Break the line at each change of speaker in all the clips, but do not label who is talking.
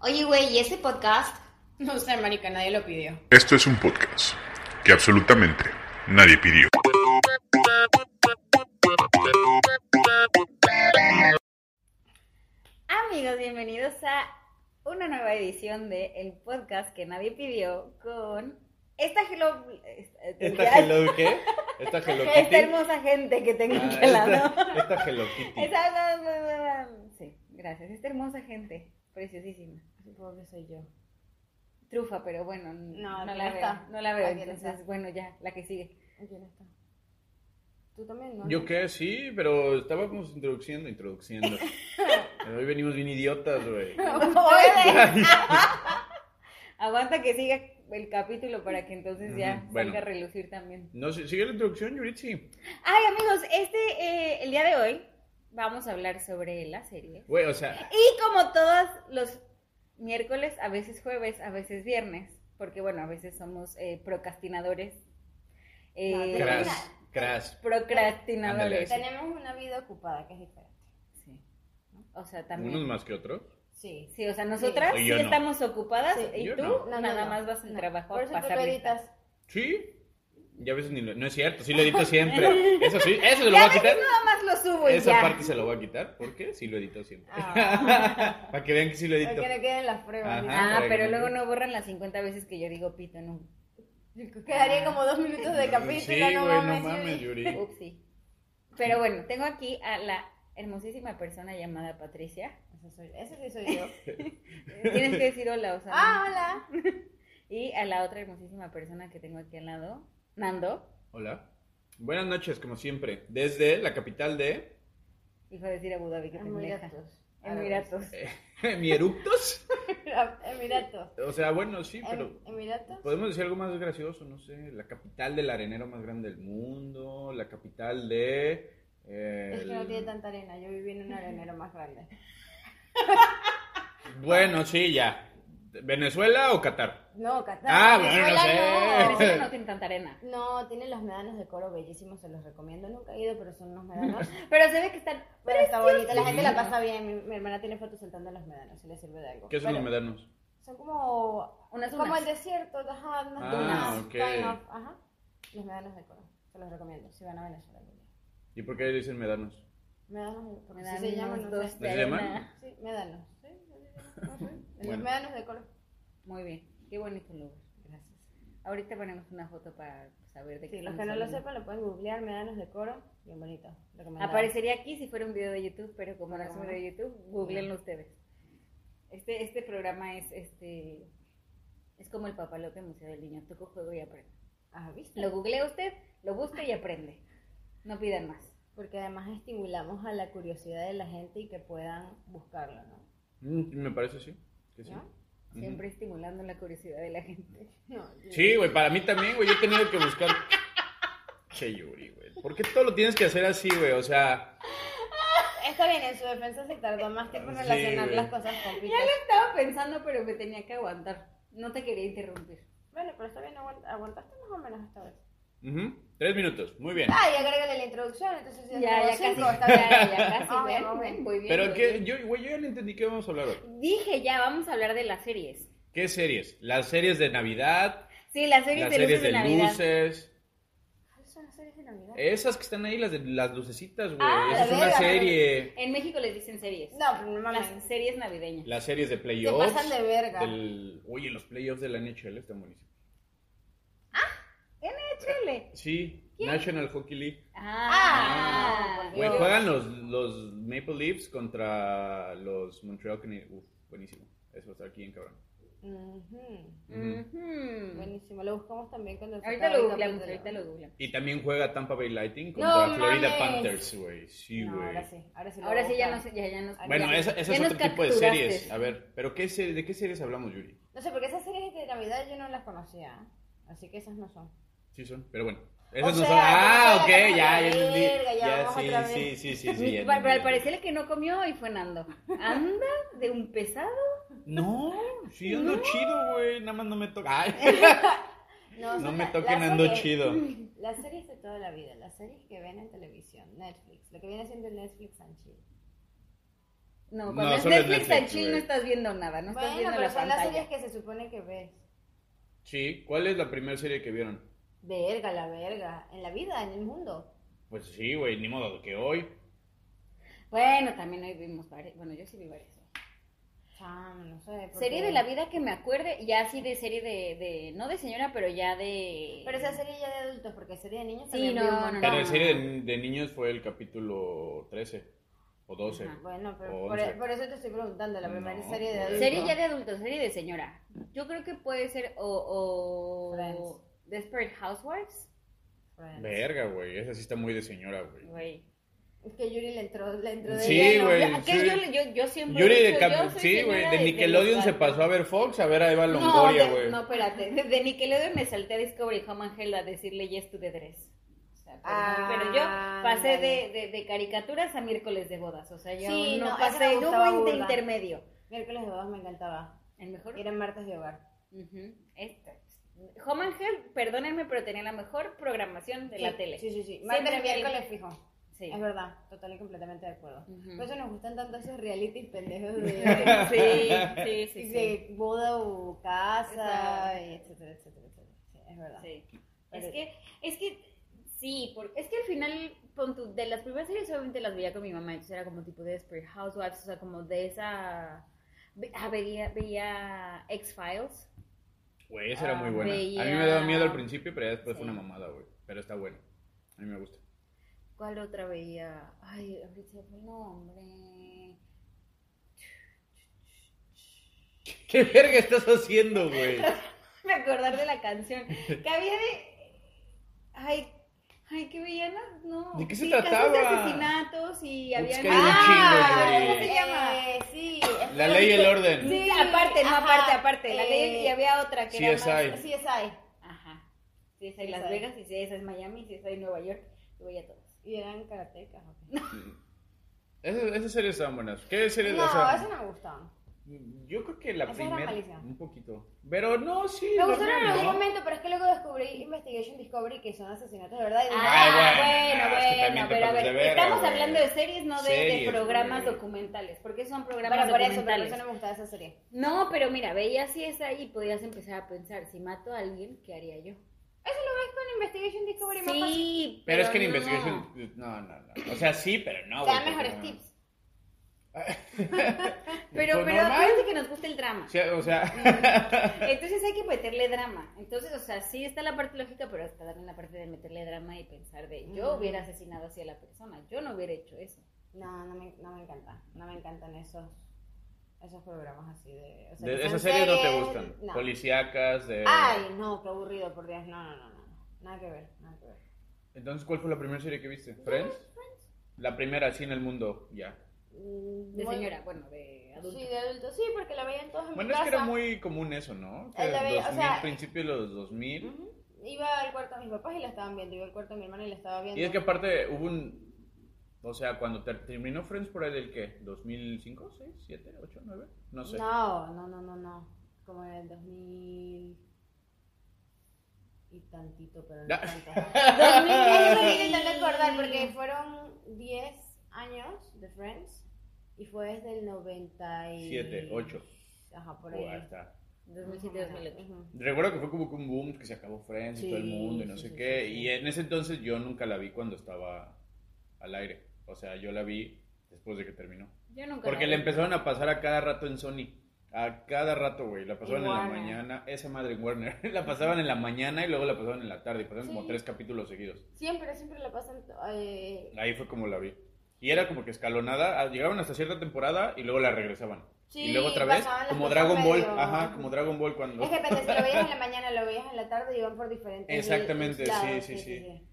Oye, güey, ¿y este podcast?
No sé, marica, nadie lo pidió.
Esto es un podcast que absolutamente nadie pidió.
Amigos, bienvenidos a una nueva edición de El Podcast que nadie pidió con esta hello...
¿Esta Hello qué? ¿Esta Hello Kitty?
Esta hermosa gente que tengo
Ah,
aquí al lado.
esta, esta Hello Kitty.
Esa- la- la- la- la- Sí, gracias. Esta hermosa gente, preciosísima.
Supongo que soy yo.
Trufa, pero bueno, n-
No,
no,
aquí
la
no está.
veo. No la veo,
Aquí no
entonces,
está.
bueno, ya, la que sigue.
¿Quién está? ¿Tú también, no?
¿Yo qué? Sí, pero estábamos introduciendo, introduciendo. Hoy venimos bien idiotas, güey.
Oye, Aguanta que siga el capítulo para que entonces ya
Ujú, bueno.
salga a relucir también.
No, si- sigue la introducción, Yuritsi.
Ay, amigos, este, eh, el día de hoy vamos a hablar sobre la serie.
Güey, o sea,
Y como todos los miércoles, a veces jueves, a veces viernes, porque bueno, a veces somos eh, procrastinadores.
Ah,
eh,
crash, crash.
procrastinadores.
Ándale.
Tenemos una vida ocupada que es diferente.
Sí. O sea,
Unos
también.
más que otros.
Sí.
Sí, o sea, nosotras
Sí.
sí,
Yo no.
estamos ocupadas
Sí.
y
Yo
tú
no.
nada más vas al
No.
trabajo
Por
a
eso tú
pasar
que
lista.
editas.
Sí. Ya a veces ni lo... No es cierto, sí lo edito siempre. Eso sí, eso se lo voy
Ya
a
ves que
quitar.
nada más lo subo y
Esa
ya.
parte se la voy a quitar porque sí lo edito siempre.
Ah,
Para que vean que sí lo
para
edito.
que no queden las pruebas.
Ajá.
Ah,
para que
pero
no-
luego no borran las 50 veces que yo digo pito, no.
¿no? Quedaría como dos minutos de capítulo,
Sí, güey,
no mames. Yuri.
Yuri.
Upsi. Pero bueno, tengo aquí a la hermosísima persona llamada Patricia.
Ese soy- Ese sí soy yo.
Tienes que decir hola, o sea.
ah, hola.
Y a la otra hermosísima persona que tengo aquí al lado, Nando.
Hola. Buenas noches, como siempre. Desde la capital de
Hijo de decir Abu Dhabi, que pendeja.
Emiratos.
Emiratos.
mi eructos.
Emiratos.
O sea, bueno, sí, pero
Em- Emiratos.
podemos decir algo más gracioso, no sé. La capital del arenero más grande del mundo. La capital de. eh,
Es que no
el-
tiene tanta arena. Yo viví en un arenero más grande.
Bueno, sí, ya. ¿Venezuela o Qatar?
No, Qatar.
Ah, bueno,
Venezuela
no sé.
Pero eso no tiene tanta arena.
No, tienen los médanos de coro bellísimos, se los recomiendo. Nunca he ido, pero son unos médanos.
Pero se ve que están.
Pero está bonito, la gente la
Precioso.
pasa bien. Mi, mi hermana tiene fotos saltando en los médanos, si le sirve de algo.
¿Qué son
Pero
los medanos?
Son como,
Unas
como
dunas.
el desierto, ajá, unas
Ah,
dunas,
ok.
kind of, ajá. Los médanos de coro, se los recomiendo, si van a Venezuela. algún día.
¿Y por qué le dicen medanos?
Médanos de coro,
dan
si se llaman,
unos
no
dos
sé.
de
¿Se llaman?
arena.
Sí, médanos, sí, no sé, no sé. Los
Bueno.
médanos de coro.
Muy bien. Qué bonito lugar. Gracias. Ahorita ponemos una foto para saber de qué
Sí, los que
estamos
no lo
hablando.
sepan lo pueden googlear, médanos de coro, bien bonito, recomendado.
Aparecería aquí si fuera un video de YouTube, pero como no es un
Ajá.
video de YouTube, googleenlo ustedes. Este, este programa es este es como el papalote museo del niño, toco juego y aprende.
Ajá, Ah, ¿viste?
Lo googlea usted, lo busca y aprende. No pidan más.
Porque además estimulamos a la curiosidad de la gente y que puedan buscarlo, ¿no?
Mm, Me parece sí. Que sí.
¿No?
Ujú.
Siempre estimulando la curiosidad de la gente.
No, yo-
Sí, güey, para mí también, güey, yo he tenido que buscar. Che, Yuri, güey. ¿Por qué todo lo tienes que hacer así, güey? O sea,
Está bien, en su defensa se tardó más tiempo en
Sí,
relacionar
güey.
las cosas con Peter.
Estaba pensando, pero me tenía que aguantar. No te quería interrumpir.
Bueno, pero está bien, aguant- aguantaste más o menos esta vez.
ujú, tres minutos, muy bien.
Ah, y agrégale la introducción, entonces
Ya,
ya,
ya
tenemos
casi,
cinco,
ya,
está bien.
ya casi, ven,
Ah,
ven,
bueno, bueno.
voy bien,
Pero
voy
que
bien.
yo, güey, yo ya no entendí qué vamos a hablar hoy.
Dije ya, vamos a hablar de las series.
¿Qué series? Las series de Navidad,
Sí, las series
las
de
series
luces de,
de,
Navidad.
luces,
¿Cuáles son las series de Navidad?
esas que están ahí, las de las lucecitas, güey.
Ah,
Esa es
la
una
verga,
serie.
En México les dicen series.
No, pero no
las
mames.
series navideñas.
Las series de
Se
playoffs.
pasan de verga.
del- Oye, los playoffs de la NHL están buenísimos.
Échale.
Sí, National Hockey League.
Ah,
Ah,
Güey,
Dios.
juegan los, los Maple Leafs contra los Montreal Canadiens. Uf, buenísimo. Eso está aquí en cabrón.
Ujú. Mm.
Ujú.
Ujú.
Buenísimo, lo buscamos también cuando se
Ahorita
acabe
lo
el
googleamos,
capítulo.
ahorita lo googleamos.
Y también juega Tampa Bay Lightning
No
contra Florida
mames.
Panthers, güey. Sí,
No,
güey.
ahora sí, ahora sí. lo
Ahora
voy a
sí ya
buscar.
nos, ya, ya nos.
Bueno,
ya-
esa, esa
ya
es
nos
otro tipo de
capturaste.
series. A ver, pero qué se- ¿de qué series hablamos, Yuri?
No sé, porque esas series de Navidad yo no las conocía, así que esas no son.
Sí son, pero bueno. Esas
O sea,
no son. Ah, ok,
ya,
ya,
ya,
ya entendí.
verga, ya
Ya,
vamos otra
sí,
vez.
sí, sí, sí, sí, ya
Pero al
entendí.
parecer el que no comió hoy fue Nando. Anda de un pesado.
No, sí ando chido, güey. Nada más no me toca. Ay,
No,
no
son
me
la-
toquen
las
ando
series-
chido.
Las series de toda la vida, las series que ven en televisión, Netflix, lo que viene siendo el Netflix and chill.
No,
No,
cuando es
solo es
Netflix
Netflix,
en chill
güey.
no estás viendo nada, no estás
Bueno,
viendo
pero
la
son las
pantalla.
series que se supone que ves.
Sí, ¿cuál es la primera serie que vieron?
Verga, la verga. En la vida, en el mundo.
Pues sí, güey, ni modo que hoy.
Bueno, también hoy vimos varias, bueno, yo sí vi varias.
Cham, no sé. porque-
Serie de la vida que me acuerde, ya así de serie de, de- no de señora, pero ya de...
Pero esa serie ya de adultos, porque serie de niños
Sí,
también
no,
vi un
no,
montón.
no.
Pero la serie de, de niños fue el capítulo 13 o 12.
Ajá.
Ah, Bueno, pero
O
por, e,
once.
por eso te estoy preguntando, la primera
No,
serie de
pues.
adultos.
Serie ya de adultos, serie de señora. Yo creo que puede ser o... o
Friends.
Desperate Housewives.
Friends.
Verga, güey, esa sí está muy de señora, güey.
Güey.
Es que Yuri le entró, le entró de
Sí,
lleno.
güey.
Yo- aquel
sí.
yo, yo- yo siempre...
Yuri
he
de
dicho,
Cap-
yo soy
sí,
señora
güey,
de-
de
de
Nickelodeon
los
se
cuatro.
pasó a ver Fox, a ver a Eva
No,
Longoria,
de-
güey.
no, espérate. Desde Nickelodeon me salté a Discovery Home and Hell a decirle yes to the dress. O sea, pero,
Ah,
pero yo pasé de,
ándale.
de- de caricaturas a miércoles de bodas. O sea, yo
Sí,
no,
no, ese me
pasé. No
gustaba
hubo inter-
burda.
intermedio.
Miércoles de bodas me encantaba.
El mejor.
Era martes de hogar.
Ujú, este. Home and Hell, perdónenme, pero tenía la mejor programación de la
Sí,
tele.
Sí, sí, sí.
Siempre vi-
Martes miércoles fijo.
Sí.
Es verdad, total y completamente de acuerdo.
Ujú.
Por eso nos gustan tanto esos realities pendejos
Sí,
de,
sí, sí, sí.
de boda o
Esa-
casa, y etcétera, etcétera, etcétera. Sí, es verdad.
Sí. Es
Pero-
que, es que, sí, porque es que al final, pon tú, de las primeras series obviamente las veía con mi mamá, entonces era como tipo de Desperate Housewives, o sea, como de esa, ve- ah, veía, veía X-Files,
Güey, esa era muy
Ah,
buena. A mí
veía-
me daba miedo al principio, pero ya después fue
Sí.
una mamada, güey. Pero está bueno. A mí me gusta.
¿cuál otra veía? Ay, ahorita se me fue el nombre.
¿Qué verga estás haciendo, güey?
Me acordar de la canción, que había de, ay, ay, qué villanas, no.
¿De qué se
sí, casos
trataba?
asesinatos y
Putz,
había...
que hay un chingo, güey.
Ah, ¿Cómo se llama?
Eh, sí,
La ley y el orden.
Sí, aparte, no,
ajá,
aparte, aparte. La
eh,
ley y había otra que era más...
CSI.
sí es ahí.
Ajá. Si es ahí
Sí,
Las
sabe.
Vegas, y si es ahí Miami, y si es ahí Nueva York, y voy a todos.
Y eran karatecas. ok.
Esas, esas series estaban buenas. ¿Qué series?
No,
o sea,
eso no me gustaban.
Yo creo que la
Esa era
primera.
malicia.
Un poquito. Pero no, sí.
Me
normal,
gustaron en algún
¿no?
momento, pero es que luego descubrí Investigation Discovery que son asesinatos de verdad. Y dije,
Ay, bueno,
ah,
es que también te
pero a
pasas
ver,
de verga,
estamos
güey.
hablando de series, no de, de
Series,
programas
güey.
documentales, porque son programas
Bueno, por eso, pero por
documentales.
eso no me gustaba esa serie.
No, pero mira, veías si es ahí y podías empezar a pensar, si mato a alguien, ¿qué haría yo?
Eso lo ves con Investigation Discovery más fácil.
Sí,
Pero es que en
no.
Investigation. No, no, no. O sea, sí, pero no,
Te
güey.
dan
porque
mejores
no.
tips.
Pero,
Pues
pero
normal.
acuérdate que nos gusta el drama.
O sea, o sea,
Entonces hay que meterle drama. Entonces, o sea, sí está la parte lógica, pero está también la parte de meterle drama y pensar de yo
Mm.
hubiera asesinado así a la persona, yo no hubiera hecho eso.
No, no me, no me encanta. No me encantan esos, esos programas así de. o sea, que
de-
sean
esas series no te
series,
gustan.
no.
Policíacas, de.
Ay, no, qué aburrido, por Dios. No, no, no, no. Nada que ver, nada que ver.
Entonces, ¿cuál fue la primera serie que viste? ¿Friends? La primera, sí, en el mundo, ya.
Mm,
De
muy-
señora, bueno, de adulto.
Sí, de adulto, sí, porque la veían todos en
Bueno,
mi
es
casa.
que era muy común eso, ¿no? Que
Eh, la veía, o
2000,
sea-
principios de los 2000.
Ujú. Iba al cuarto de mis papás y la estaban viendo. Iba al cuarto de mi hermano y la estaba viendo.
Y es que aparte hubo un... O sea, cuando ter- terminó Friends por ahí del qué? ¿2005, 6, 7, 8, 9? No sé.
No, no, no, no, no. Como en el 2000 y tantito, pero no
Ya.
tanto. 2000, eso sí que tengo que acordar porque fueron 10 años de Friends y fue desde el 97.
Siete, ocho.
Ajá, por ahí.
Oh, ahí está.
2007, 2008.
Ujú.
Recuerdo que fue como que un boom, que se acabó Friends y todo el
Sí,
mundo y no
sí,
sé
sí,
qué.
sí, sí.
Y en ese entonces yo nunca la vi cuando estaba al aire. O sea, yo la vi después de que terminó.
Yo nunca.
Porque
la
la
vi.
empezaron a pasar a cada rato en Sony. A cada rato, güey. La pasaban en,
En
la
Warner.
mañana. Esa madre en Warner. la pasaban en la mañana y luego la pasaban en la tarde. Y pasaban como
Sí.
tres capítulos seguidos.
Siempre, siempre la pasan. eh,
Ahí fue como la vi. Y era como que escalonada. ah, Llegaban hasta cierta temporada y luego la regresaban.
Sí,
y luego otra vez,
pasaban las
como
cosas
Dragon Ball.
medio-
Ajá, como Dragon Ball cuando.
Es que depende, si lo veías en la mañana, lo veías en la tarde y van por diferentes.
Exactamente, sí,
lados,
sí, sí.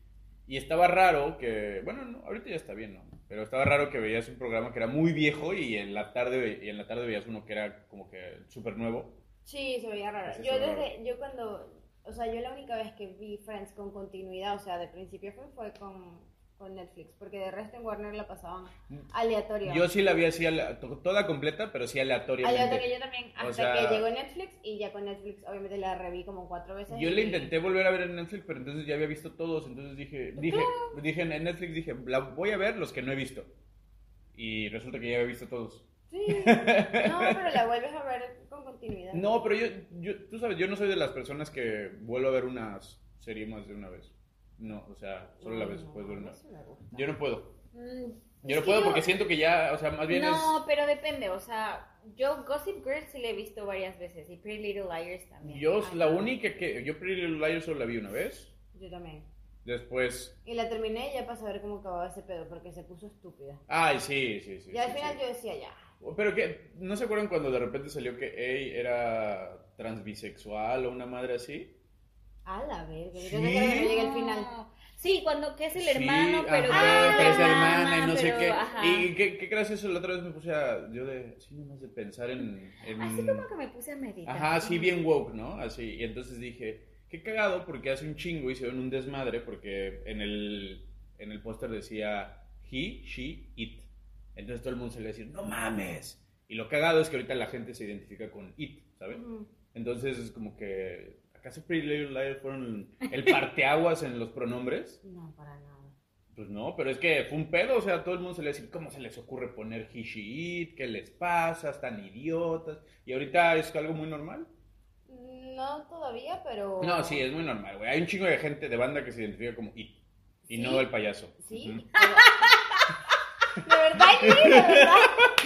Y estaba raro que, bueno, no, ahorita ya está bien, ¿no? Pero estaba raro que veías un programa que era muy viejo y en la tarde, ve- y en la tarde veías uno que era como que súper nuevo.
Sí, se veía raro.
Ese
Yo
se ve
desde, yo cuando, o sea, yo la única vez que vi Friends con continuidad, o sea, de principio fue, fue con, con Netflix, porque de resto en Warner la pasaban aleatorio.
Mm. Yo sí la vi así, ale- to- toda completa, pero sí aleatoriamente.
aleatorio yo también, hasta
sea-
que llegó Netflix y ya con Netflix obviamente la reví como cuatro veces.
Yo
y-
le intenté volver a ver en Netflix, pero entonces ya había visto todos, entonces dije, dije, dije en Netflix dije, la voy a ver los que no he visto. Y resulta que ya había visto todos.
Sí. No, pero la vuelves a ver con continuidad.
No, pero yo, yo, tú sabes, yo no soy de las personas que vuelvo a ver una serie más de una vez. No, o sea, solo la vez
No,
puedes ver una.
eso me gusta.
Yo no puedo.
Mm,
Yo
es que
no puedo porque siento que ya, o sea, más bien
No,
es...
pero depende, o sea, yo Gossip Girl sí la he visto varias veces y Pretty Little Liars también.
Yo
Ay,
la única que... Yo Pretty Little Liars solo la vi una vez.
Yo también.
Después...
Y la terminé ya para saber cómo acababa ese pedo, porque se puso estúpida.
Ay, sí, sí, sí.
Y al
sí,
final
sí.
yo decía, ya.
Pero que, ¿no se acuerdan cuando de repente salió que Ey era transbisexual o una madre así?
A la verga.
Sí.
Yo pensé que no llegué al
no.
final.
Sí, cuando que es el
Sí,
hermano, pero...
ajá,
que-
pero es hermana y no sé
pero-
qué.
ajá.
¿Y qué, qué crees eso? La otra vez me puse a, yo de, sí, nomás de pensar en... en-
Así como que me puse a meditar.
Ajá, sí, bien woke, ¿no? Así, y entonces dije, qué cagado porque hace un chingo hicieron un desmadre porque en el, en el póster decía he, she, it. Entonces todo el mundo se le decía, no mames. Y lo cagado es que ahorita la gente se identifica con it, ¿sabes?
Ujú.
Entonces es como que acaso Pretty Little Liars fueron el parteaguas en los pronombres.
No, para nada.
Pues no, pero es que fue un pedo, o sea, a todo el mundo se le decía, ¿cómo se les ocurre poner he, she, it? ¿Qué les pasa? Están idiotas. Y ahorita es algo muy normal.
No todavía, pero.
No, sí, es muy normal, güey. Hay un chingo de gente de banda que se identifica como It. Y
Sí.
no el payaso.
Sí.
Ujú.
pero- De verdad, sí,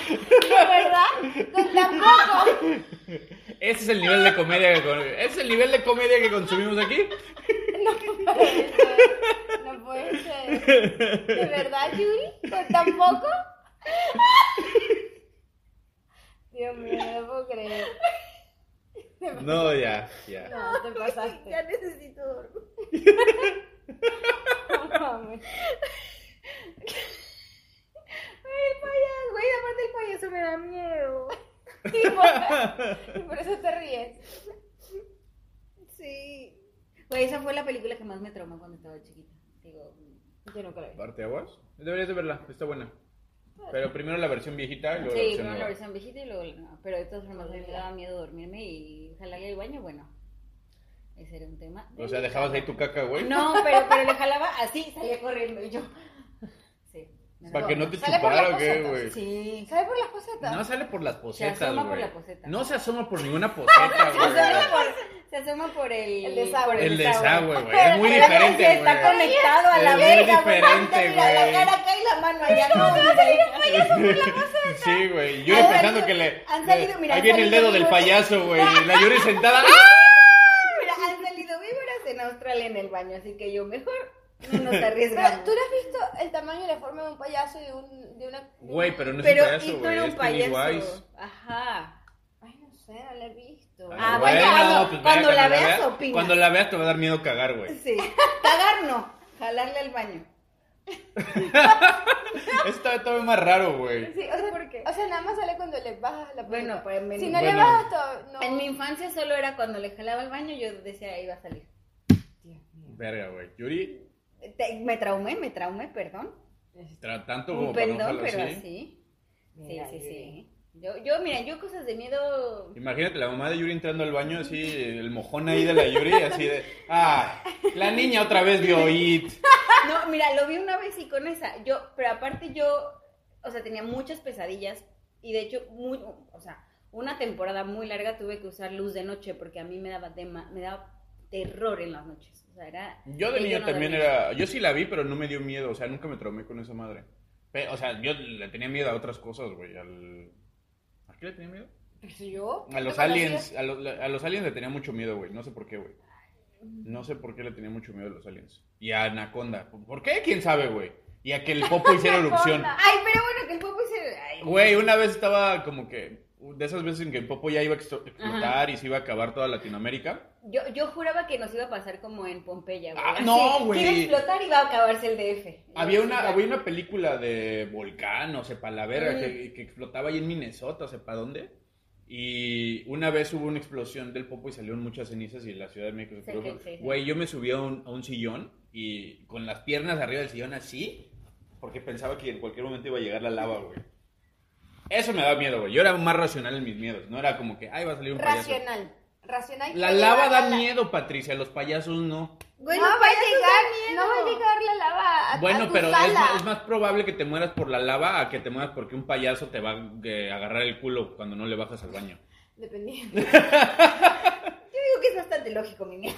de verdad. De verdad. Con tan poco.
Ese es el nivel de comedia que con- ese es el nivel de comedia que consumimos aquí.
No puede ser. No puede ser. De verdad, Yuri. pues Con tan poco. Dios mío, no puedo creer.
No, ya, ya.
No, te pasaste.
Ya necesito dormir.
No mames.
Ay, el payaso, güey, aparte el payaso me da miedo.
Y por, y por eso te ríes.
Sí. Güey, esa fue la película que más me traumó cuando estaba chiquita. Digo,
Yo no creo.
¿Parte aguas? Deberías de verla, está buena. Pero primero la versión viejita y luego la
sí,
versión
primero la
nueva.
versión viejita y luego la nueva. Pero de todas formas me daba miedo dormirme y jalarle el baño, bueno. Ese era un tema.
O sea, dejabas ahí tu caca, güey.
No, pero, pero le jalaba así, salía corriendo y yo. Sí. me
Para
daba-
que no te
Sale por las
chupara o qué,
cosetas,
güey.
Sí.
¿Sabes por las cosetas?
No sale por las posetas,
asoma por
güey.
la poseta.
No se asoma por ninguna poseta,
Se asoma
güey.
por, se asoma por el,
El desagüe.
por
El desagüe, güey. Es
Pero
muy
pero es que
diferente,
se Está
güey.
conectado a
Es
la
muy
verga, güey.
diferente,
Ahorita mira,
güey.
La cara acá y la mano allá. ¿Cómo te va a salir un payaso por la
Sí, güey. Yuri
Han salido-
pensando que le.
han salido- mira,
ahí
han
viene el
salido
dedo del
víboras.
payaso, güey. Y la Yuri sentada. ¡ah!
Mira, han salido víboras en Australia en el baño, así que yo mejor no nos
Pero,
arriesgamos.
¿Tú le has visto el tamaño y la forma de un payaso y de, un, de una.
Güey, pero no es
Pero
un payaso,
It
güey.
no era
Es
un payaso.
Pennywise.
Ajá.
Ay, no sé, no la he visto.
Ah,
Ay,
bueno, cuando-
pues,
cuando
mira,
la veas, opinas.
Cuando la veas, te va a dar miedo cagar, güey.
Sí. Cagar no, jalarle al baño.
Esto es todavía más raro, güey.
Sí, o sea,
¿Por qué?
O sea, nada más sale cuando le bajas la
Bueno,
pelota.
pues, me-
Si no
Bueno.
le bajas, to- no.
En mi infancia solo era cuando le jalaba al baño, yo decía iba a salir.
Dios mío.
Verga, güey. Yuri,
Te- me traumé, me traumé, perdón.
tra- tanto como
Un
para no
perdón,
jalar
pero
así.
así. Sí,
Mira,
sí,
Yuri.
sí. Yo, yo, mira, yo cosas de miedo.
Imagínate la mamá de Yuri entrando al baño así, el mojón ahí de la Yuri, así de. ¡Ah! La niña otra vez vio it.
No, mira, lo vi una vez y con esa. Yo, pero aparte yo, o sea, tenía muchas pesadillas y de hecho, muy, o sea, una temporada muy larga tuve que usar luz de noche porque a mí me daba, tema, me daba terror en las noches. O sea, era...
Yo de
y
niño
no
también
dormía.
era. Yo sí la vi, pero no me dio miedo. O sea, nunca me traumé con esa madre. Pe- o sea, yo le tenía miedo a otras cosas, güey. Al... ¿A qué le tenía miedo?
Pues yo.
A los
¿Te conocías?
aliens. A, lo- a los aliens le tenía mucho miedo, güey. No sé por qué, güey. No sé por qué le tenía mucho miedo a los aliens. Y a Anaconda. ¿Por qué? ¿Quién sabe, güey? Y a que el popo hiciera erupción.
Ay, pero bueno, que el popo se... Ay,
Güey, una vez estaba como que. De esas veces en que el popo ya iba a exto- explotar y se iba a acabar toda Latinoamérica.
Yo, yo juraba que nos iba a pasar como en Pompeya, güey.
Ah,
Así,
no, güey.
que Iba a explotar y va a acabarse el DF.
Había
Y
una,
ya.
había una película de volcán, o sepa la verga,
Mm.
que, que explotaba ahí en Minnesota, o sepa dónde. Y una vez hubo una explosión del popo y salieron muchas cenizas y la Ciudad de México
Sí,
se
sí,
quedó-
sí.
Güey, yo me subí a un, a un sillón y con las piernas arriba del sillón así, porque pensaba que en cualquier momento iba a llegar la lava, güey. Eso me da miedo, güey. Yo era más racional en mis miedos, no era como que, ay, va a salir un payaso.
Racional. Racional. que
La
te
lava
lleva a
da miedo, Patricia, los payasos no.
No
Bueno,
va
para
a
eso da
llegar, no va a
miedo.
llegar la lava a, a
Bueno,
tu
pero es ma- es
sala.
más, probable que te mueras por la lava a que te mueras porque un payaso te va a eh, agarrar el culo cuando no le bajas al baño.
Dependiendo.
Yo digo que es bastante lógico, mi mía.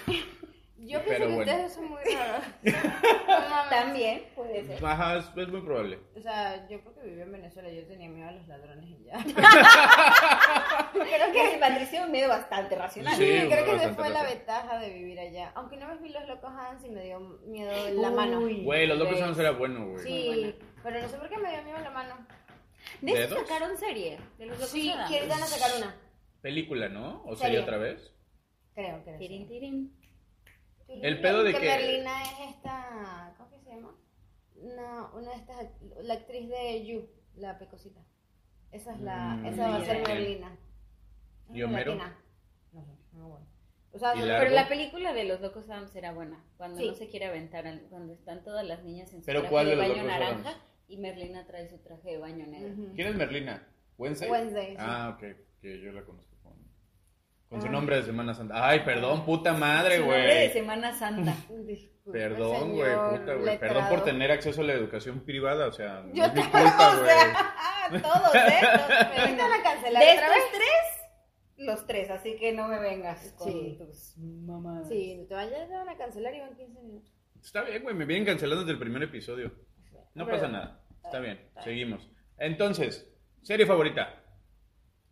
Yo pienso
Pero
que
bueno.
ustedes son muy raros. No mames.
También Ah, puede ser.
Ajá, es, es muy probable.
O sea, yo porque vivía en Venezuela, yo tenía miedo a los ladrones y ya. Sí,
Creo que el patricio es un medio bastante racional.
Sí,
creo que esa
bastante,
fue la
bastante.
ventaja de vivir allá. Aunque no me vi los locos Hans y me dio miedo la mano.
Uy.
Güey, los locos
Sí.
Adams era bueno, güey.
muy
Sí, pero no sé por qué me dio miedo la mano.
De eso
¿Dedos?
sacaron serie. De los locos
Sí,
Adams.
que van a sacar una.
Película, ¿no? ¿O
Serie.
sería otra vez?
Creo, creo.
Tirín,
sí.
tirín.
El pedo de que-
Merlina es esta. ¿Cómo que se llama? No, una de estas. act- La actriz de You, la pecosita. Esa es la.
Mm,
esa va a
ni
ser
idea.
Merlina. Es
¿Y Homero?
latina. No sé, no bueno. O sea,
¿Y
no-
la-
Pero
Largo.
la película de los locos Adams era buena. Cuando
Sí.
no se quiere aventar, al- cuando están todas las niñas en su
¿Pero
traje
cuál
de
de los
baño
locos
naranja
Adams?
y Merlina trae su traje de baño negro.
Ujú.
¿Quién es Merlina? ¿Wednesday?
Wednesday, sí. Ah.
Ah, ok, que yo la conozco con, con su nombre de Semana Santa. Ay, perdón, puta madre,
Su nombre de
güey.
Semana Santa.
Disculpe,
Perdón, güey,
señor
puta, güey. Perdón
letrado.
por tener acceso a la educación privada, o sea, no
Yo
es mi
te-
culpa,
o
güey.
sea, todos, ¿eh? Todos. Me van a cancelar
De
otra
estos
vez.
tres, los tres, así que no me vengas con
Sí.
tus mamadas.
Sí, no te vayas, te van a cancelar y van 15 minutos.
Está bien, güey, me vienen cancelando desde el primer episodio. No
Pero-
pasa nada. Está bien, seguimos. Entonces, serie favorita.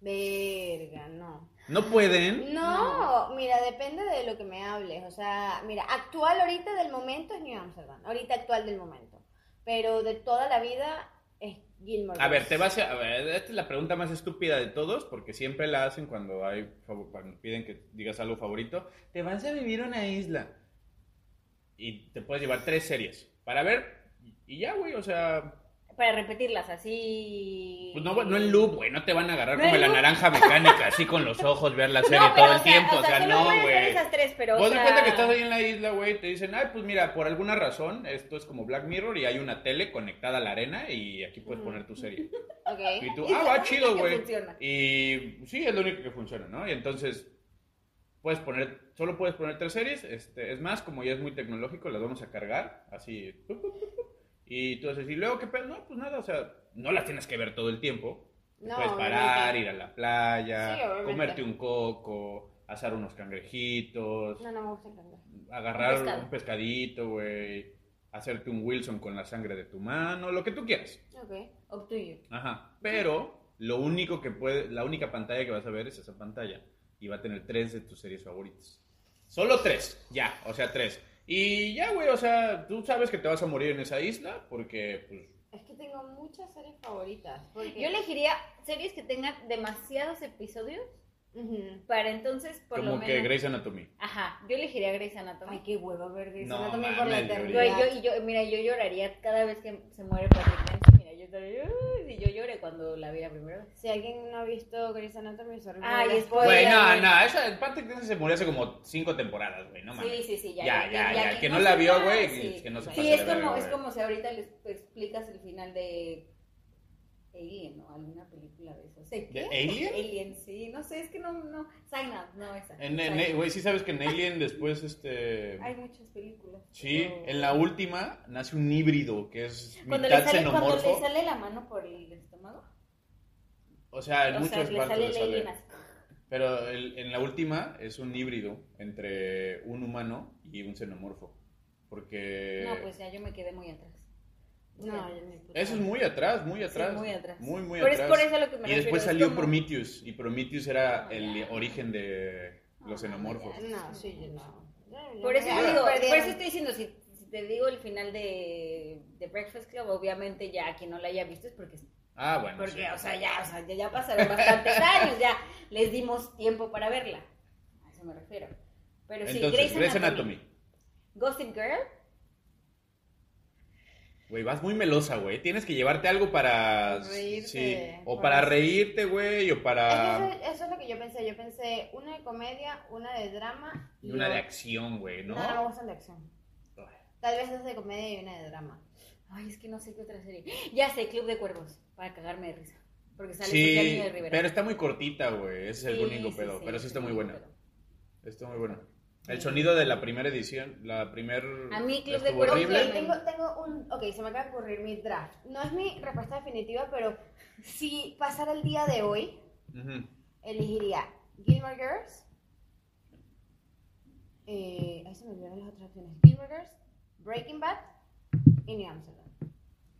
Verga, no.
No pueden.
No, mira, depende de lo que me hables. O sea, mira, actual ahorita del momento es New Amsterdam. Ahorita actual del momento. Pero de toda la vida es Gilmore.
A ver,
Girls.
te vas a, a ver, esta es la pregunta más estúpida de todos, porque siempre la hacen cuando hay fav- cuando piden que digas algo favorito. Te vas a vivir a una isla y te puedes llevar tres series para ver y ya, güey, o sea,
Para repetirlas así.
pues no, no en loop, güey, no te van a agarrar
No
como
en
la
loop.
naranja mecánica, así con los ojos, ver la serie
pero,
todo
o
el
sea,
tiempo,
o sea, solo
no,
van a ser
güey.
esas tres, pero. o
Vos Pues de
sea,
cuenta que estás ahí en la isla, güey, y te dicen, ay, pues mira, por alguna razón, esto es como Black Mirror y hay una tele conectada a la arena y aquí puedes
Ujú.
poner tu serie.
Ok.
Y tú,
Es
ah,
la
va
única
chido,
que
güey.
funciona.
Y sí, es lo único que funciona, ¿no? Y entonces, puedes poner, solo puedes poner tres series. Este, es más, como ya es muy tecnológico, las vamos a cargar, así. pup, pup, pup, pup. Y entonces, y luego, ¿qué pedo? No, pues nada, o sea, no las tienes que ver todo el tiempo. Te
No,
puedes
obviamente.
parar, ir a la playa,
Sí, obviamente.
comerte un coco, asar unos cangrejitos
No, no me gusta el cangrejo.
agarrar
Un pescado.
un pescadito, güey, hacerte un Wilson con la sangre de tu mano, lo que tú quieras.
Ok.
Up to you.
Ajá. Pero lo único que puede, la única pantalla que vas a ver es esa pantalla y va a tener tres de tus series favoritas. Solo tres, ya, o sea, tres. Y ya, güey, o sea, tú sabes que te vas a morir en esa isla porque, pues,
Es que tengo muchas series favoritas. Porque...
Yo elegiría series que tengan demasiados episodios
Ujú.
para entonces, por lo
como
menos.
que Grey's Anatomy.
Ajá, yo elegiría Grey's Anatomy.
Ay, qué huevo ver Grey's
No,
Anatomy por la
mames,
eternidad.
Güey, yo, y yo, mira, yo lloraría cada vez que se muere Patrick Dempsey. Mira, yo lloré, uy, y yo lloré cuando la vi la primera vez.
Si alguien no ha visto Grey's Anatomy, sorry.
Ay,
Spoiler.
spoiler.
Güey, no,
güey.
no, esa parte que se murió hace como cinco temporadas, güey, no mames.
Sí, sí, sí, ya.
Ya, ya, ya, el que no
se
la vio,
pasa,
güey, es que no se
Sí,
pase
es
de verga,
como, es
güey.
como si ahorita les explicas el final de Alien o alguna película de eso. Sí,
¿De Alien?
Alien, sí, no sé, es que no, no, Sign Up, no esa.
En-
Sign
en-
Up.
Güey, sí sabes que en Alien después, este...
Hay muchas películas.
Sí,
pero-
en la última nace un híbrido que es
Cuando
mitad
le, sale, cuando le
xenomorfo.
sale la mano por el estómago,
O sea, en
o sea,
muchas
le
partes
sale
le
el
sale.
alien así.
Pero el- en la última es un híbrido entre un humano y un xenomorfo. Porque
No, pues ya yo me quedé muy atrás.
No, yo ni puta
eso es
idea.
muy atrás, muy atrás.
muy atrás.
Muy, muy
Pero es
atrás.
por eso a lo que me
y
refiero,
después
es
salió
como-
Prometheus y Prometheus era
No,
el
ya.
origen de los
No,
xenomorfos.
ya.
No, sí, yo no. Yo- yo
Por
me
eso,
la-
te digo,
perdieron.
por eso estoy diciendo, si, si te digo el final de, de Breakfast Club, obviamente ya quien no la haya visto es porque,
Ah, bueno.
porque
sí.
o sea, ya, o sea, ya, ya pasaron bastantes años, ya les dimos tiempo para verla. A eso me refiero. Pero sí,
Entonces,
Grey's, Anatomy.
Anatomy.
Gossip Girl,
Güey, vas muy melosa, güey. Tienes que llevarte algo para.
Reírte.
sí, O
Por
para
eso.
reírte, güey, o
Es
para.
que eso, eso es lo que yo pensé. Yo pensé una de comedia, una de drama
Y una
o-
de acción, güey, ¿no?
No, no me gustan de acción. Tal vez dos de comedia y una de drama.
ay, es que no sé qué otra serie. Ya sé, Club de Cuervos, para cagarme de risa. Porque sale
Sí,
Sofía de Rivera.
pero está muy cortita, güey. Ese es el único
Sí, sí,
pedo.
sí,
pero sí está muy
el
buena.
único pedo.
Está muy buena. El sonido de la primera edición, la primer
A mí Club de
estuvo
Cuervos
horrible.
me-
Ok, tengo, tengo un. Ok, se me acaba de ocurrir mi draft. No es mi respuesta definitiva, pero si pasara el día de hoy,
Ujú.
elegiría Gilmore Girls. Eh, ahí se me olvidaron las otras opciones. Gilmore Girls, Breaking Bad y New Amsterdam.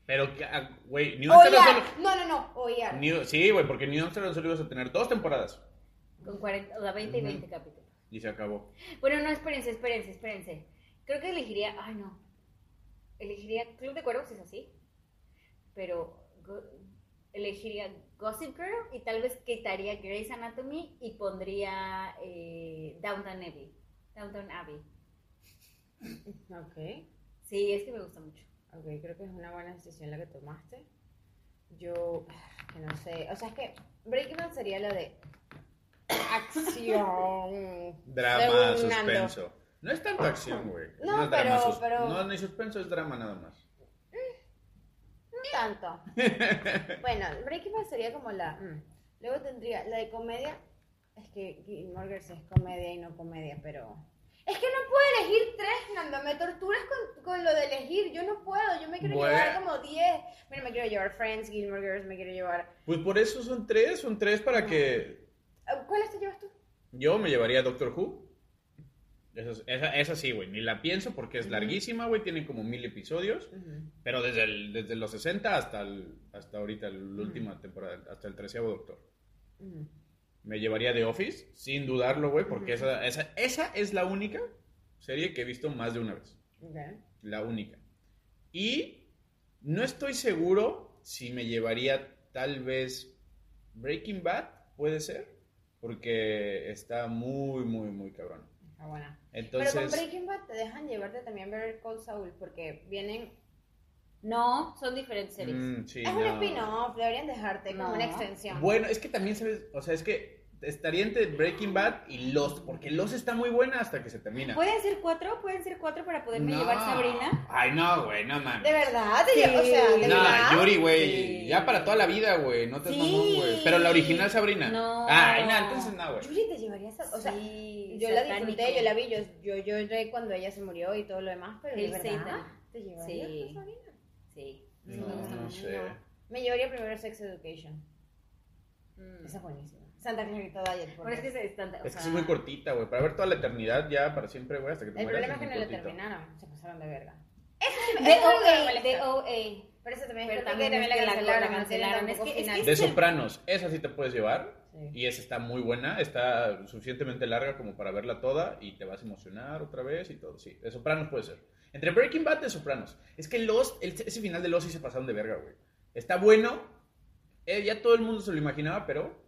Pero, que- ah, güey, New
Oye,
Amsterdam solo-
no, no, no, oye.
New- sí, güey, porque New Amsterdam solo ibas a tener dos temporadas
Con 40, o sea, 20 y
Ujú.
20 capítulos.
y se acabó.
Bueno, no, espérense, espérense, espérense. Creo que elegiría, ay no, elegiría Club de Cuervos, es así, pero go- elegiría Gossip Girl y tal vez quitaría Grey's Anatomy y pondría eh, Downton Abbey. Downton Abbey.
Ok,
Sí, es que me gusta mucho.
ok, creo que es una buena decisión la que tomaste. Yo, que no sé, o sea, es que Breaking Bad sería la de acción.
Drama,
Según Nando.
suspenso. No es tanto acción, güey.
No,
es drama,
pero-
sus-
pero-
No, ni suspenso, es drama nada más.
tanto. bueno, Breaking Bad sería como la. mm. Luego tendría la de comedia. Es que Gilmore Girls es comedia y no comedia, pero. Es que no puedo elegir tres, Nando. Me torturas con, con lo de elegir. Yo no puedo. Yo me quiero
Bueno.
llevar como diez. Mira, me quiero llevar Friends, Gilmore Girls, me quiero llevar.
Pues por eso son tres, son tres para que
Ah, ¿Cuáles te llevas tú?
Yo me llevaría a Doctor Who. Esa, es- esa, esa sí, güey. Ni la pienso porque es larguísima, güey. Tiene como mil episodios. Pero desde, el- desde los 60 hasta, el- hasta ahorita, la última temporada, hasta el treceavo Doctor.
Ujú.
Me llevaría The Office, sin dudarlo, güey, porque esa, esa, esa es la única serie que he visto más de una vez.
Ok.
La única. Y no estoy seguro si me llevaría tal vez Breaking Bad, puede ser, porque está muy, muy, muy cabrón.
Está buena. Pero con
Entonces,
Breaking Bad te dejan llevarte también ver Cold Saul porque vienen.
No, son diferentes series.
mm, sí,
es un
no.
spin-off, deberían dejarte como
No.
una extensión.
Bueno, es que también sabes, o sea, es que estaría entre Breaking Bad y Lost, porque Lost está muy buena hasta que se termina.
¿Pueden ser cuatro? ¿Pueden ser cuatro para poderme
No.
llevar Sabrina?
Ay, no, güey, no mames.
De verdad, te lle- o sea, de
Sí.
verdad.
No, Yuri, güey,
Sí.
ya para toda la vida, güey, no te
Sí.
mamón, güey. Pero la original Sabrina.
No.
Ay, no, entonces no, güey.
Yuri te llevaría esa. O sea,
Sí,
yo la
satánico.
disfruté, yo la vi, yo, yo yo lloré cuando ella se murió y todo lo demás, pero de
El
verdad.
Satan.
¿Te llevaría
Sí.
esa Sabrina?
Sí, sí
No,
me gusta
no
mucho.
sé.
Me llevaría primero Sex Education.
Mm.
Esa es buenísima. Santa Clarita Diet. por
Pero es que
Dios.
se están. o
Es que
sea,
es muy cortita, güey. Para ver toda la eternidad ya para siempre, güey, hasta que te
El
mueras.
problema es que no
muy
la
cortito.
terminaron, se pasaron de verga. Eso sí me- eso es lo que me
DOA,
molesta.
DOA.
Pero eso
Pero
también, creo que
también
también
es que
la
la- la
cancelaron, no tiene
cancelaron.
tampoco
Es que- es que
final.
De
Sí.
Sopranos, esa sí te puedes llevar.
Sí.
Y esa está muy buena, está suficientemente larga como para verla toda y te vas a emocionar otra vez y todo. Sí, de Sopranos puede ser. Entre Breaking Bad de Sopranos. Es que Lost, el- ese final de Lost sí se pasaron de verga, güey. Está bueno, eh, ya todo el mundo se lo imaginaba, pero.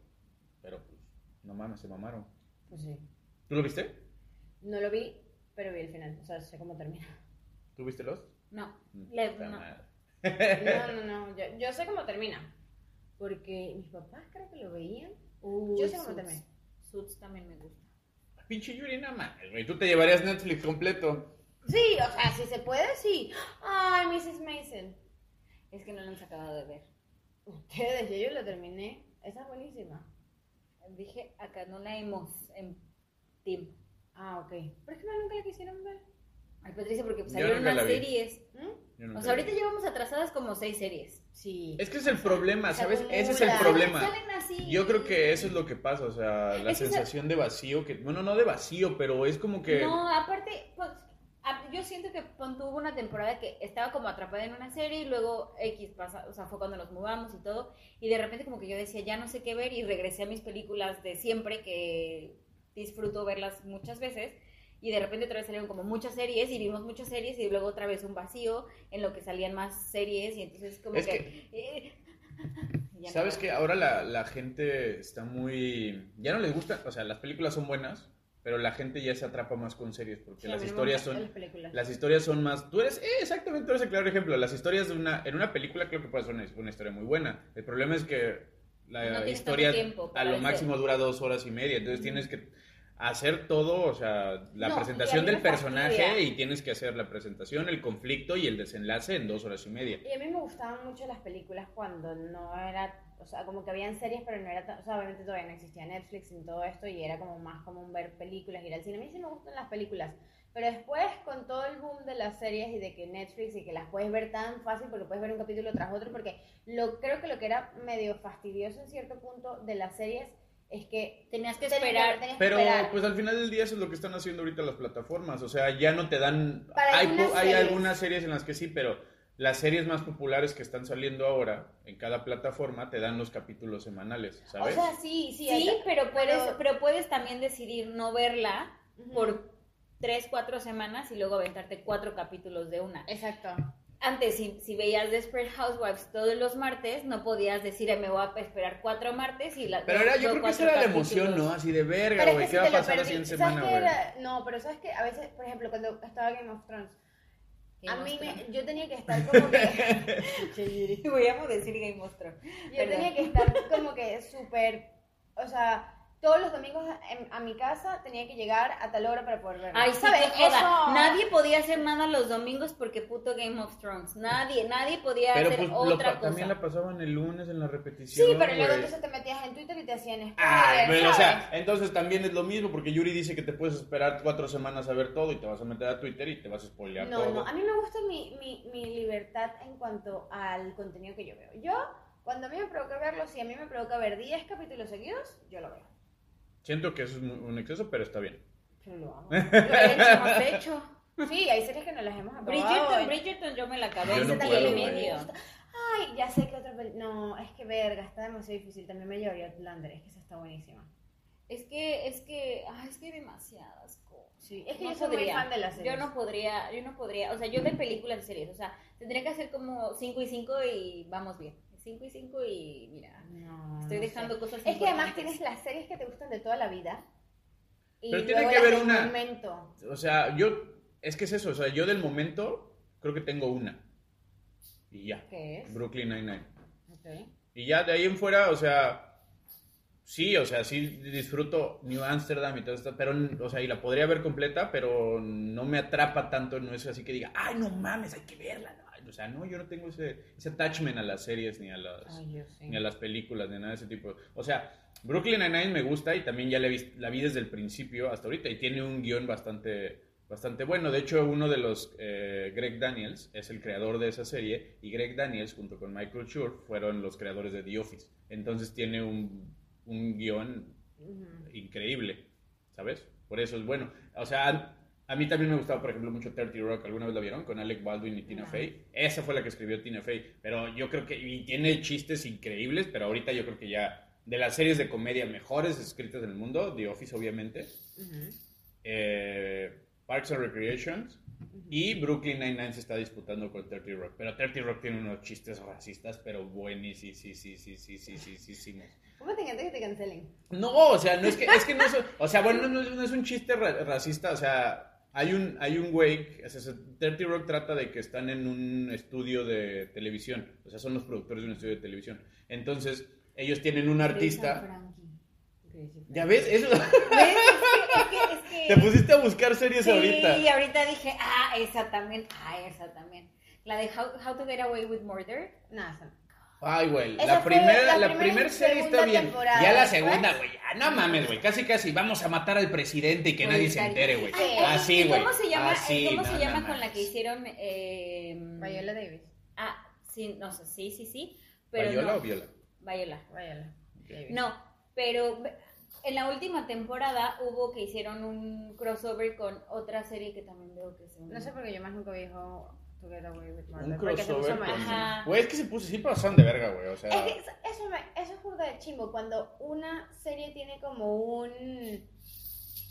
Pero pues, no mames, se mamaron.
Pues sí.
¿Tú lo viste?
No lo vi, pero vi el final, o sea, sé cómo termina.
¿Tú viste Lost?
No,
Mm,
le-
puta
no.
madre.
No, no, no, yo, yo sé cómo termina. Porque mis papás creo que lo veían.
Uy,
Yo sé cómo
Suits.
termina.
Suits también me gusta.
Pinche Yuri, no mames, güey. Tú te llevarías Netflix completo.
Sí, o sea, si se puede, sí. Ay, Mrs. Mason.
Es que no lo hemos acabado de ver.
Ustedes, yo, yo lo terminé. Esa es buenísima.
Dije, acá no la hemos en tiempo.
Ah, ok. Pero es que nunca la quisieron ver.
Ay, Patricia, porque pues,
Yo
salieron
nunca
más
la vi.
series.
¿Mm?
Yo
O sea,
nunca lo
ahorita
vi.
llevamos atrasadas como seis series.
Sí.
Es que es el problema,
Se
¿sabes? Ese es el
acumula.
problema.
Salen así.
Yo creo que eso es lo que pasa, o sea, la
Es que esa-
sensación de vacío que, bueno, no de vacío, pero es como que
No, aparte, pues, a- yo siento que pon tú, hubo una temporada que estaba como atrapada en una serie y luego X pasa, o sea, fue cuando nos mudamos y todo, y de repente como que yo decía, ya no sé qué ver y regresé a mis películas de siempre que disfruto verlas muchas veces. Y de repente otra vez salieron como muchas series y vimos muchas series y luego otra vez un vacío en lo que salían más series y entonces como
Es
que... eh, ya no
sabes
veo.
que ahora la, la gente está muy ya no les gusta, o sea, las películas son buenas, pero la gente ya se atrapa más con series porque
Sí, a
las
mí no me
historias
gustan
son
Las películas.
las historias son más tú eres eh, exactamente tú eres el claro ejemplo, las historias de una en una película creo que puede ser una, una historia muy buena. El problema es que
No
la
tienes tanto
historia
tiempo
a
para
lo
ver.
máximo dura dos horas y media, entonces
Ujú.
tienes que hacer todo, o sea,
No,
la
y a
presentación
mí
del
me
personaje
fastidia.
y tienes que hacer la presentación, el conflicto y el desenlace en dos horas y media.
Y a mí me gustaban mucho las películas cuando no era, o sea, como que habían series, pero no era, tan- o sea, obviamente todavía no existía Netflix y todo esto, y era como más común ver películas, ir al cine. A mí sí me gustan las películas, pero después con todo el boom de las series y de que Netflix y que las puedes ver tan fácil porque puedes ver un capítulo tras otro, porque lo creo que lo que era medio fastidioso en cierto punto de las series es que
Tenías que
tenías que-
esperar.
tenías que
Pero
esperar.
pues al final del día eso es lo que están haciendo ahorita las plataformas, o sea, ya no te dan...
Para
hay,
algunas
po- hay
series.
algunas series en las que sí, pero las series más populares que están saliendo ahora en cada plataforma te dan los capítulos semanales,
o
¿sabes?
sea, sí, sí,
Sí,
hay-
pero, puedes,
pero-
pero puedes también decidir no verla
Ujú.
por tres, cuatro semanas y luego aventarte cuatro capítulos de una.
Exacto.
Antes, si, si veías Desperate Housewives todos los martes, no podías decir, "Ay, me voy a esperar cuatro martes y la...
pero era, yo
los
creo que eso
cuatro
era la
capítulos.
emoción, ¿no? Así de verga,
Pero
güey,
es que
¿qué
si
va
te lo
a pasar la
perdí-
siguiente
¿sabes
semana,
qué
güey?
era? No, pero sabes que a veces, por ejemplo, cuando estaba Game of Thrones,
Game
a
of
mí
Thrones.
me, yo tenía que estar como que
Voy a decir Game of Thrones.
yo
Perdón.
tenía que estar como que súper, o sea, todos los domingos en- a, mi casa tenía que llegar a tal hora para poder verlo.
Ay, sí,
¿Sabes?
qué joda.
Eso-
Nadie podía hacer nada los domingos porque puto Game of Thrones. Nadie, nadie podía
Pero
hacer
pues lo
otra
pa-
cosa.
también la pasaban el lunes en la repetición.
Sí, pero luego
güey.
entonces te metías en Twitter y te hacían spoiler,
Ay, pero o
¿sabes?
sea, entonces también es lo mismo, porque Yuri dice que te puedes esperar cuatro semanas a ver todo y te vas a meter a Twitter y te vas a spoilear
No,
todo.
no, a mí me gusta mi, mi, mi libertad en cuanto al contenido que yo veo. Yo, cuando a mí me provoca verlo, si a mí me provoca ver 10 capítulos seguidos, yo lo veo.
Siento que eso es un un exceso, pero está bien.
Yo lo amo.
Lo hemos hecho.
Sí, hay series que no las hemos
Bridgerton,
aprobado.
Bridgerton yo me la
Yo
acabé en
no
siete
puedo,
y
güey.
medio.
Ay, ya sé que otra peli- No, es que verga, está demasiado difícil. También me llevaría Outlander, es que esa está buenísima.
Es que, es que, ay, es que hay demasiadas cosas.
Sí, es que yo soy muy fan de las
Yo
series.
no podría, yo no podría, o sea, yo de películas y series, o sea, tendría que hacer como 5 y 5 y vamos bien. 5 y 5 y mira,
Ah, No,
estoy
no sé.
dejando cosas
Es que además
importantes.
tienes las series que te gustan de toda la vida. Y
Pero tiene
luego
que
las
haber
del
una-
momento.
O sea, yo, es que es eso, o sea, yo del momento creo que tengo una. Y ya.
¿Qué es?
Brooklyn Nine-Nine.
Ok.
Y ya de ahí en fuera, o sea, sí, o sea, sí disfruto New Amsterdam y todo esto, pero, o sea, y la podría ver completa, pero no me atrapa tanto, no es así que diga, ay, no mames, hay que verla. no". O sea, no, yo no tengo ese, ese attachment a las series ni a las,
Ay, yo sí.
ni a las películas, ni nada de ese tipo. O sea, Brooklyn Nine-Nine me gusta y también ya la, he vis- la vi desde el principio hasta ahorita y tiene un guión bastante, bastante bueno. De hecho, uno de los, eh, Greg Daniels, es el creador de esa serie y Greg Daniels junto con Michael Schur fueron los creadores de The Office. Entonces tiene un, un guión
Ujú.
increíble, ¿sabes? Por eso es bueno. O sea, a, a mí también me gustaba, por ejemplo, mucho 30 Rock. ¿Alguna vez la vieron? Con Alec Baldwin y Tina
No.
Fey. Esa fue la que escribió Tina Fey. Pero yo creo que... Y tiene chistes increíbles, pero ahorita yo creo que ya... De las series de comedia mejores escritas del mundo, The Office, obviamente,
Ujú.
eh, Parks and Recreations y Brooklyn Nine-Nine se está disputando con 30 Rock. Pero 30 Rock tiene unos chistes racistas, pero buenísimos. Sí, sí, sí, sí, sí, sí, sí, sí.
¿Cómo te encanta que te cancelen?
No, o sea, no es que, es que no es, o sea, bueno, no, es- no es un chiste ra- racista, o sea, hay un, hay un güey, que- o sea, Dirty Rock trata de que están en un estudio de televisión, o sea, son los productores de un estudio de televisión, entonces ellos tienen un artista, ya ves, eso,
¿Ves? Es que, es que, es que-
te pusiste a buscar series
Sí,
ahorita.
y ahorita dije, ah, esa también, ah, esa también. La de How, How to Get Away with Murder.
Nada, esa no.
Ay, güey,
Esa
la
fue
primera,
la
la
primera y
primera serie
segunda
está bien.
temporada,
Ya la
¿después?
segunda, güey, ya no mames, güey, casi casi vamos a matar al presidente y que
Güey,
nadie se
cariño.
entere, güey.
Ay,
Así,
¿Y
Ah, güey.
¿Cómo se llama, eh,
Así,
¿cómo se
no,
llama
no
con la que
mames.
hicieron? eh,
Viola Davis.
Ah, sí, no sé, sí, sí, sí. Pero
¿Viola
no.
o viola?
Viola.
Viola. Davis.
No, pero en la última temporada hubo que hicieron un crossover con otra serie que también veo que se
No sé por qué yo más nunca vi How to Get Away with Murder.
Un
porque se puso
crossover
mal.
con...
Ajá.
Güey, es que se puso, sí pasaron de verga, güey, o sea...
Es que eso, eso me- eso es burda de chimbo. Cuando una serie tiene como un.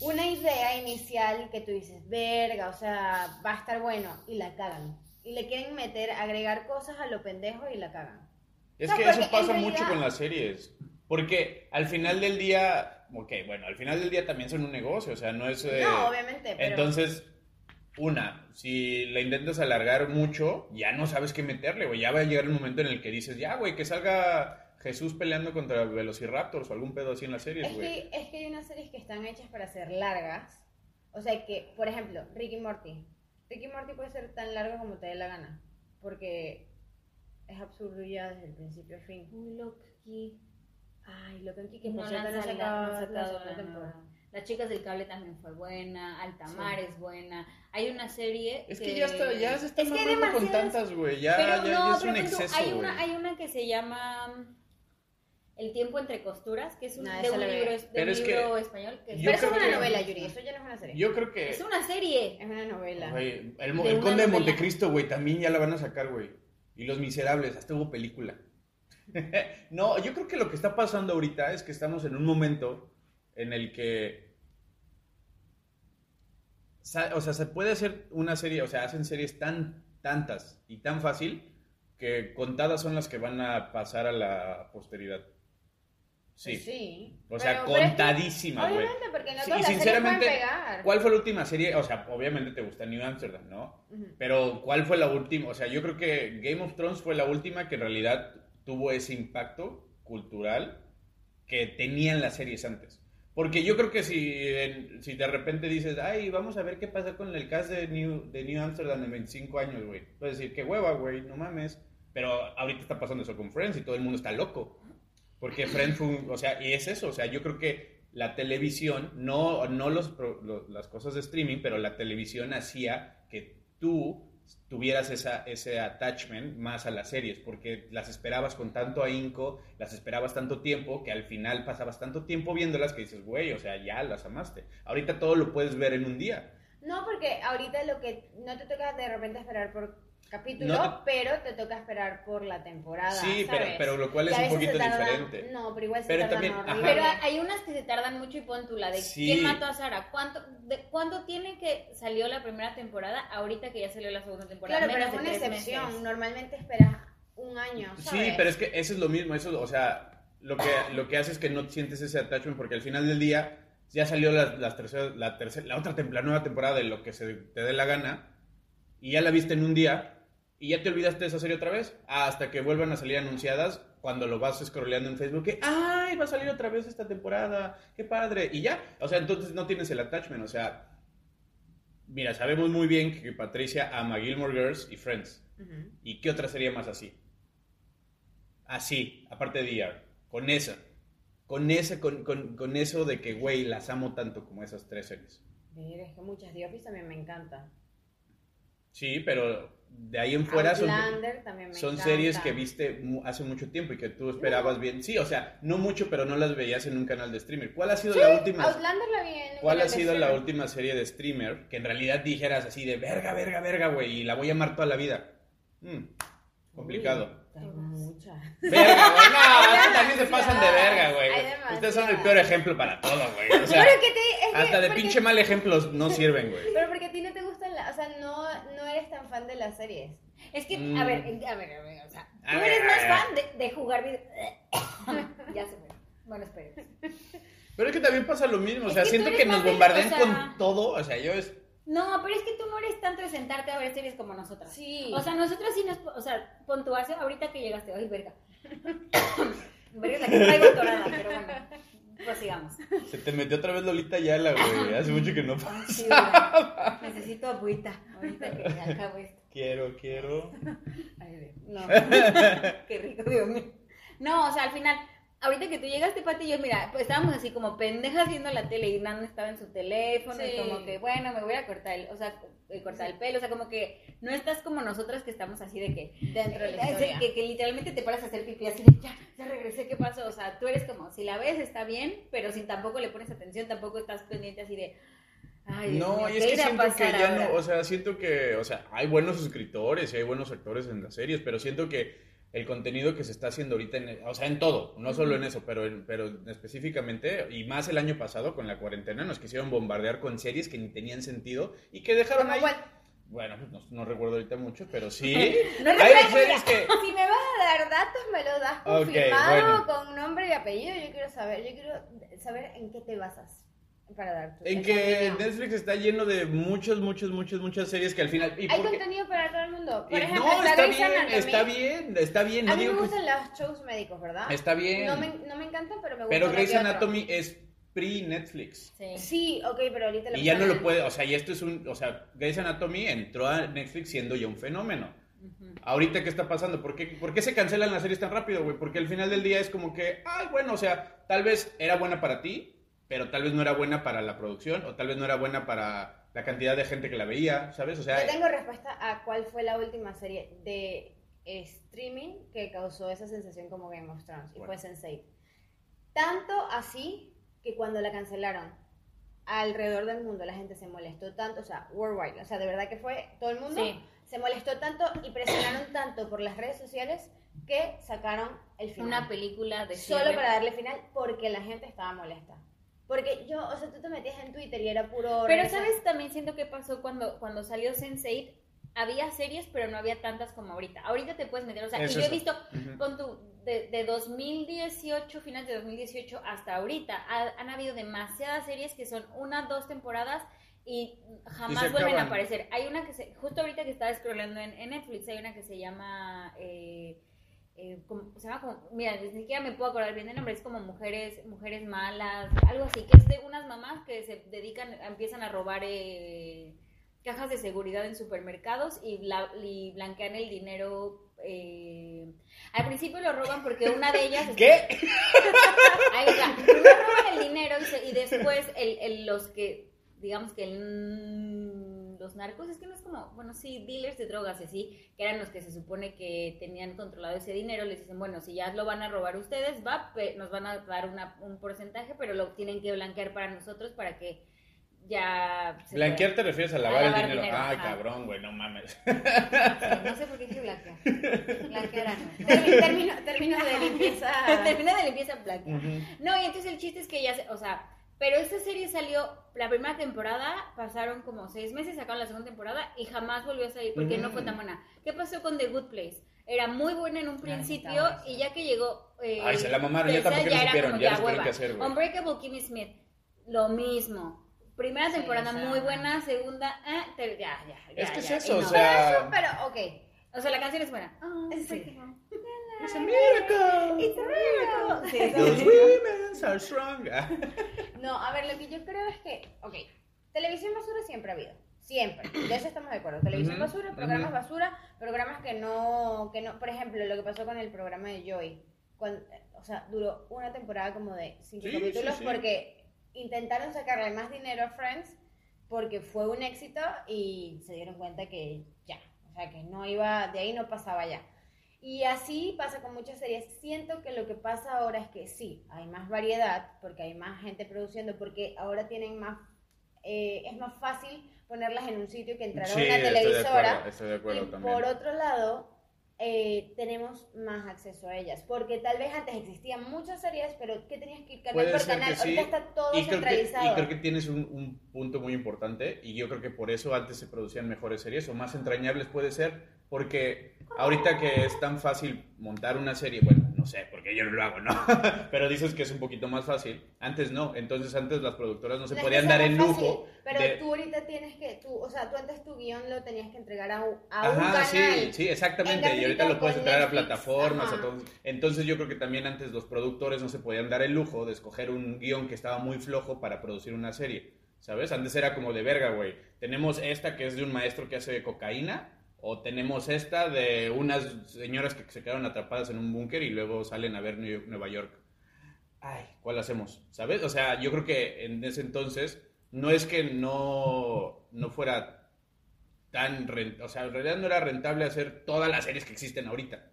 Una idea inicial que tú dices, verga, o sea, va a estar bueno, y la cagan. Y le quieren meter, agregar cosas a lo pendejo y la cagan.
Es
No,
que
porque
eso pasa
en
mucho
realidad-
con las series. Porque al final del día, ok, bueno, al final del día también son un negocio, o sea, no es... eh,
no, obviamente, pero.
Entonces, una, si la intentas alargar mucho, ya no sabes qué meterle, güey. Ya va a llegar el momento en el que dices, ya, güey, que salga Jesús peleando contra Velociraptors o algún pedo así en las series,
Es
güey.
que, es que hay unas series que están hechas para ser largas. O sea que, por ejemplo, Ricky Morty. Ricky Morty puede ser tan largo como te dé la gana. Porque es absurdo ya desde el principio al fin.
Uy, Loki.
Ay, lo que aquí
Que
que por
no, la
cierto,
han
no se
sacado, no
acaba
han
la
sacado
segunda
la
temporada.
nueva. Las chicas del cable también fue buena, Altamar
Sí.
es buena. Hay una serie
Es que ya, está, ya
eh,
se está
Es que hay
mamando con
demasiadas-
tantas, güey. Ya,
pero
ya,
no,
ya es
pero
un
pon tú,
exceso,
hay
güey.
una, hay una que se llama mm, El tiempo entre costuras, que es un,
No,
de
esa
un
la vi.
libro, es- de
Pero
un
es que
libro español. Que
yo
Pero eso es
creo
una
que-
novela, Yuri. Eso ya no es una serie.
Yo creo que...
Es una serie.
Es una novela.
Güey, el
De
mo- el
una
Conde de
novela.
Montecristo, güey, también ya la van a sacar, güey. Y Los Miserables, hasta hubo película. no, yo creo que lo que está pasando ahorita es que estamos en un momento en el que... sa- O sea, se puede hacer una serie, o sea, hacen series tan tantas y tan fácil que contadas son las que van a pasar a la posteridad. Sí.
Pues sí.
O sea,
Pero- pero es que-
contadísima, güey.
Obviamente, porque no todas
Sí, y
las series pueden
sinceramente,
pegar.
¿Cuál fue la última serie? O sea, obviamente te gusta New Amsterdam, ¿no?
Ujú.
Pero ¿cuál fue la última? O sea, yo creo que Game of Thrones fue la última que en realidad tuvo ese impacto cultural que tenían las series antes. Porque yo creo que si, en- si de repente dices, ay, vamos a ver qué pasa con el cast de New, de New Amsterdam en 25 años, güey. Puedes decir, qué hueva, güey, no mames. Pero ahorita está pasando eso con Friends y todo el mundo está loco. Porque Friends fue un- o sea, y es eso, o sea, yo creo que la televisión, no, no los, pro- lo- las cosas de streaming, pero la televisión hacía que tú tuvieras esa, ese attachment más a las series, porque las esperabas con tanto ahínco, las esperabas tanto tiempo, que al final pasabas tanto tiempo viéndolas que dices, güey, o sea, ya las amaste. Ahorita todo lo puedes ver en un día.
No, porque ahorita lo que no te toca de repente esperar por capítulo,
No
pero te toca esperar por la temporada.
sí, pero,
¿sabes?
pero lo cual
Y
es
a
un
veces
poquito
se tardan-
diferente.
No, pero igual se
Pero
tardan
también, ajá.
horrible.
Pero hay unas que se tardan mucho y pon tú la de
Sí.
quién mató a Sara. ¿Cuánto, de, ¿Cuándo tiene que salió la primera temporada? Ahorita que ya salió la segunda temporada.
claro, pero es
menos
una
de tres
excepción.
meses.
Normalmente esperas un año, ¿sabes?
Sí, pero es que eso es lo mismo, eso, o sea, lo que, lo que hace es que no sientes ese attachment porque al final del día ya salió la, las terceras- la, tercera- la otra tem- la nueva temporada de lo que se te dé la gana y ya la viste en un día y ya te olvidaste de esa serie otra vez hasta que vuelvan a salir anunciadas cuando lo vas scrolleando en Facebook que ¡ay! va a salir otra vez esta temporada, qué padre, y ya, o sea, entonces no tienes el attachment, o sea, mira, sabemos muy bien que Patricia ama Gilmore Girls y Friends.
Ujú.
¿Y qué otra sería más así? Así, aparte de ER, con esa. Con ese, con, con- con eso de que, güey, las amo tanto como esas tres series.
Mira, es que muchas de Office también me encantan.
Sí, pero de ahí en fuera son,
Outlander también Ah, me
son
encanta.
series que viste mu- hace mucho tiempo y que tú esperabas bien. Sí, o sea, no mucho, pero no las veías en un canal de streamer. ¿Cuál ha sido la última?
Outlander la vi en un
¿Cuál ha
canal de
sido la
streaming.
última serie de streamer que en realidad dijeras así de verga, verga, verga, güey, y la voy a amar toda la vida? Mm, complicado.
Uy, hay muchas.
Verga, güey. No, es que también se
demasiadas.
pasan de verga,
Hay
güey.
demasiadas.
Ustedes son el peor ejemplo para todo, güey. O sea,
Pero que te- es que-
hasta de
porque-
pinche mal ejemplos no sirven, güey.
Pero porque a ti no te gustan, la- o sea, no, no eres tan fan de las series.
Es que,
Mm.
a ver, eh, a ver, a ver, o sea,
A
tú
ver,
eres
a
más
ver.
fan de, de jugar video. ya se fue. Bueno, espérate.
Pero es que también pasa lo mismo. O
Es
sea,
que tú
siento
eres
que
más
nos
de-
bombardean
o sea-
con todo. O sea, yo es.
No, pero es que tú no eres tanto de sentarte a ver series como nosotras.
Sí.
O sea, nosotras sí nos, o sea, pon tu hace ahorita que llegaste, ay, verga. verga es la que traigo atorada, pero bueno, prosigamos.
Se te metió otra vez Lolita Yala, güey. Hace mucho que no
Ay, sí, güey. Necesito agüita ahorita que me acabo esto.
Quiero, quiero.
Ay, Dios. No, qué rico, Dios mío. No, o sea, al final, ahorita que tú llegaste, Pati, yo, mira, pues estábamos así como pendejas viendo la tele y Nando estaba en su teléfono
Sí.
y como que, bueno, me voy a cortar el, o sea, eh, cortar el pelo, o sea, como que no estás como nosotras que estamos así de que...
Dentro de la
Eh,
historia.
Que, que literalmente te paras a hacer pipí así de ya, ya regresé, ¿qué pasó? O sea, tú eres como, si la ves está bien, pero si tampoco le pones atención, tampoco estás pendiente así de, ay, Dios
No,
mío,
y es
¿qué
que
irá a
siento que
pasar
ya
ahora?
no, o sea, siento que, o sea, hay buenos escritores y hay buenos actores en las series, pero siento que el contenido que se está haciendo ahorita, en- o sea, en todo, no solo en eso, pero, en- pero específicamente, y más el año pasado con la cuarentena, nos quisieron bombardear con series que ni tenían sentido y que dejaron
Como
ahí.
cuál.
Bueno, pues no, no recuerdo ahorita mucho, pero sí.
No
hay
recuerdo,
series que...
Si me vas a dar datos, me los das
Ok,
confirmado
bueno.
con nombre y apellido. Yo quiero saber, yo quiero saber en qué te basas. para dar tu-
En
el
que
contenido.
Netflix está lleno de muchas, muchas, muchas, muchas series que al final. ¿y
Hay
por qué?
contenido para todo el mundo.
Y
Por ejemplo,
Eh, no,
la
está
Grey's
bien,
Anatomy.
está bien, está bien. No
a mí me
digo que-
gustan los shows médicos, ¿verdad?
Está bien.
No me, no me encantan, pero me gustan.
Pero
uno
Grey's
que otro.
Anatomy es pre-Netflix.
Sí.
Sí, ok, pero ahorita
Y ya no
pasan
lo
en-
puede, o sea, y esto es un, o sea, Grey's Anatomy entró a Netflix siendo ya un fenómeno.
Ujú.
Ahorita, ¿qué está pasando? ¿Por qué, por qué se cancelan las series tan rápido, güey? Porque al final del día es como que, ay, bueno, o sea, tal vez era buena para ti, pero tal vez no era buena para la producción, o tal vez no era buena para la cantidad de gente que la veía, ¿sabes? O sea,
Yo tengo respuesta a cuál fue la última serie de eh, streaming que causó esa sensación como Game of Thrones. Y
Bueno.
fue Sense8. Tanto así que cuando la cancelaron alrededor del mundo la gente se molestó tanto, o sea, worldwide, o sea, de verdad que fue todo el mundo
Sí.
se molestó tanto y presionaron tanto por las redes sociales que sacaron el final.
Una película de
Solo
cierre.
para darle final porque la gente estaba molesta. Porque yo, o sea, tú te metías en Twitter y era puro...
Pero
regresar.
sabes, también siento que pasó cuando, cuando salió Sense8, había series, pero no había tantas como ahorita. Ahorita te puedes meter, o sea,
Es
y yo he
eso.
visto
Ujú.
con tu, de, de 2018, finales de 2018 hasta ahorita, ha- han habido demasiadas series que son una, dos temporadas y jamás
Y se
vuelven a
acaban.
aparecer. Hay una que se, justo ahorita que estaba scrollando en, en Netflix, hay una que se llama... eh, eh, como- se llama como, mira, ni siquiera me puedo acordar bien del nombre, es como mujeres, mujeres malas, algo así, que es de unas mamás que se dedican, empiezan a robar eh, cajas de seguridad en supermercados y, bla- y blanquean el dinero. eh, al principio lo roban porque una de ellas...
¿Qué?
Ahí va. Primero roban el dinero y, se- y después el, el- los que, digamos que el- los narcos, es que no es como, bueno, sí, dealers de drogas y así, que eran los que se supone que tenían controlado ese dinero, les dicen, bueno, si ya lo van a robar ustedes, va, pe- nos van a dar una- un porcentaje, pero lo tienen que blanquear para nosotros para que ya... se pueda".
Blanquear te refieres a lavar, el dinero. Ay,
ajá.
cabrón, güey, no mames.
No sé por qué dije blanquear. Blanquear.
Termi- Termino, termino de limpieza.
Termina de limpieza blanquear. No, y entonces el chiste es que ya, se- o sea, pero esta serie salió la primera temporada, pasaron como seis meses, sacaron la segunda temporada y jamás volvió a salir porque no fue
Mm.
tan buena. ¿Qué pasó con The Good Place? Era muy buena en un principio
estaba, sí.
y ya que llegó. eh,
Ay, se la mamaron, ya
tercera,
tampoco
era
le supieron,
como
ya les tuvieron
hueva.
que hacer, güey.
Unbreakable Kimmy Smith, lo mismo. Primera
Sí,
temporada
o sea.
muy buena, segunda, ah, ter- ya, ya, ya.
Es que es
ya,
eso,
y
o
no.
sea.
Pero eso, pero, ok.
O sea, la canción es buena.
Sí.
It's a miracle.
It's a miracle. Sí,
Those
sí.
women are strong.
No, a ver, lo que yo creo es que, ok, televisión basura siempre ha habido. Siempre, de eso estamos de acuerdo. Televisión
Ujú,
basura,
ujú.
programas basura, programas que no, que no, por ejemplo, lo que pasó con el programa de Joy, cuando- o sea, duró una temporada como de cinco
Sí,
capítulos
sí, sí.
porque intentaron sacarle más dinero a Friends porque fue un éxito y se dieron cuenta que ya, o sea, que no iba, de ahí no pasaba ya. Y así pasa con muchas series. Siento que lo que pasa ahora es que sí, hay más variedad, porque hay más gente produciendo, porque ahora tienen más, eh, es más fácil ponerlas en un sitio que entrar a una televisora.
estoy de
Y por otro lado, eh, tenemos más acceso a ellas, porque tal vez antes existían muchas series, pero que tenías que ir canal
Puede
por
ser
canal,
que sí.
ahorita está todo
y creo, que,
centralizado.
y creo que tienes un, un punto muy importante y yo creo que por eso antes se producían mejores series o más entrañables puede ser porque ahorita que es tan fácil montar una serie, bueno, no sé, porque yo no lo hago, ¿no? Pero dices que es un poquito más fácil, antes no, entonces antes las productoras no se
Les
podían
decía
dar el
más
lujo.
fácil, pero
de-
tú ahorita tienes que, tú, o sea, tú antes tu guión lo tenías que entregar a, un- a un
Ajá,
canal.
sí, sí, exactamente.
En
Y ahorita lo
cambio,
puedes
con
entrar a
Netflix,
plataformas. a
ajá.
todo. Entonces yo creo que también antes los productores no se podían dar el lujo de escoger un guión que estaba muy flojo para producir una serie. ¿Sabes? Antes era como de verga, güey. Tenemos esta que es de un maestro que hace cocaína. O tenemos esta de unas señoras que se quedaron atrapadas en un búnker y luego salen a ver New- Nueva York. Ay, ¿cuál hacemos? ¿Sabes? O sea, yo creo que en ese entonces no es que no, no fuera tan rentable, o sea, en realidad no era rentable hacer todas las series que existen ahorita.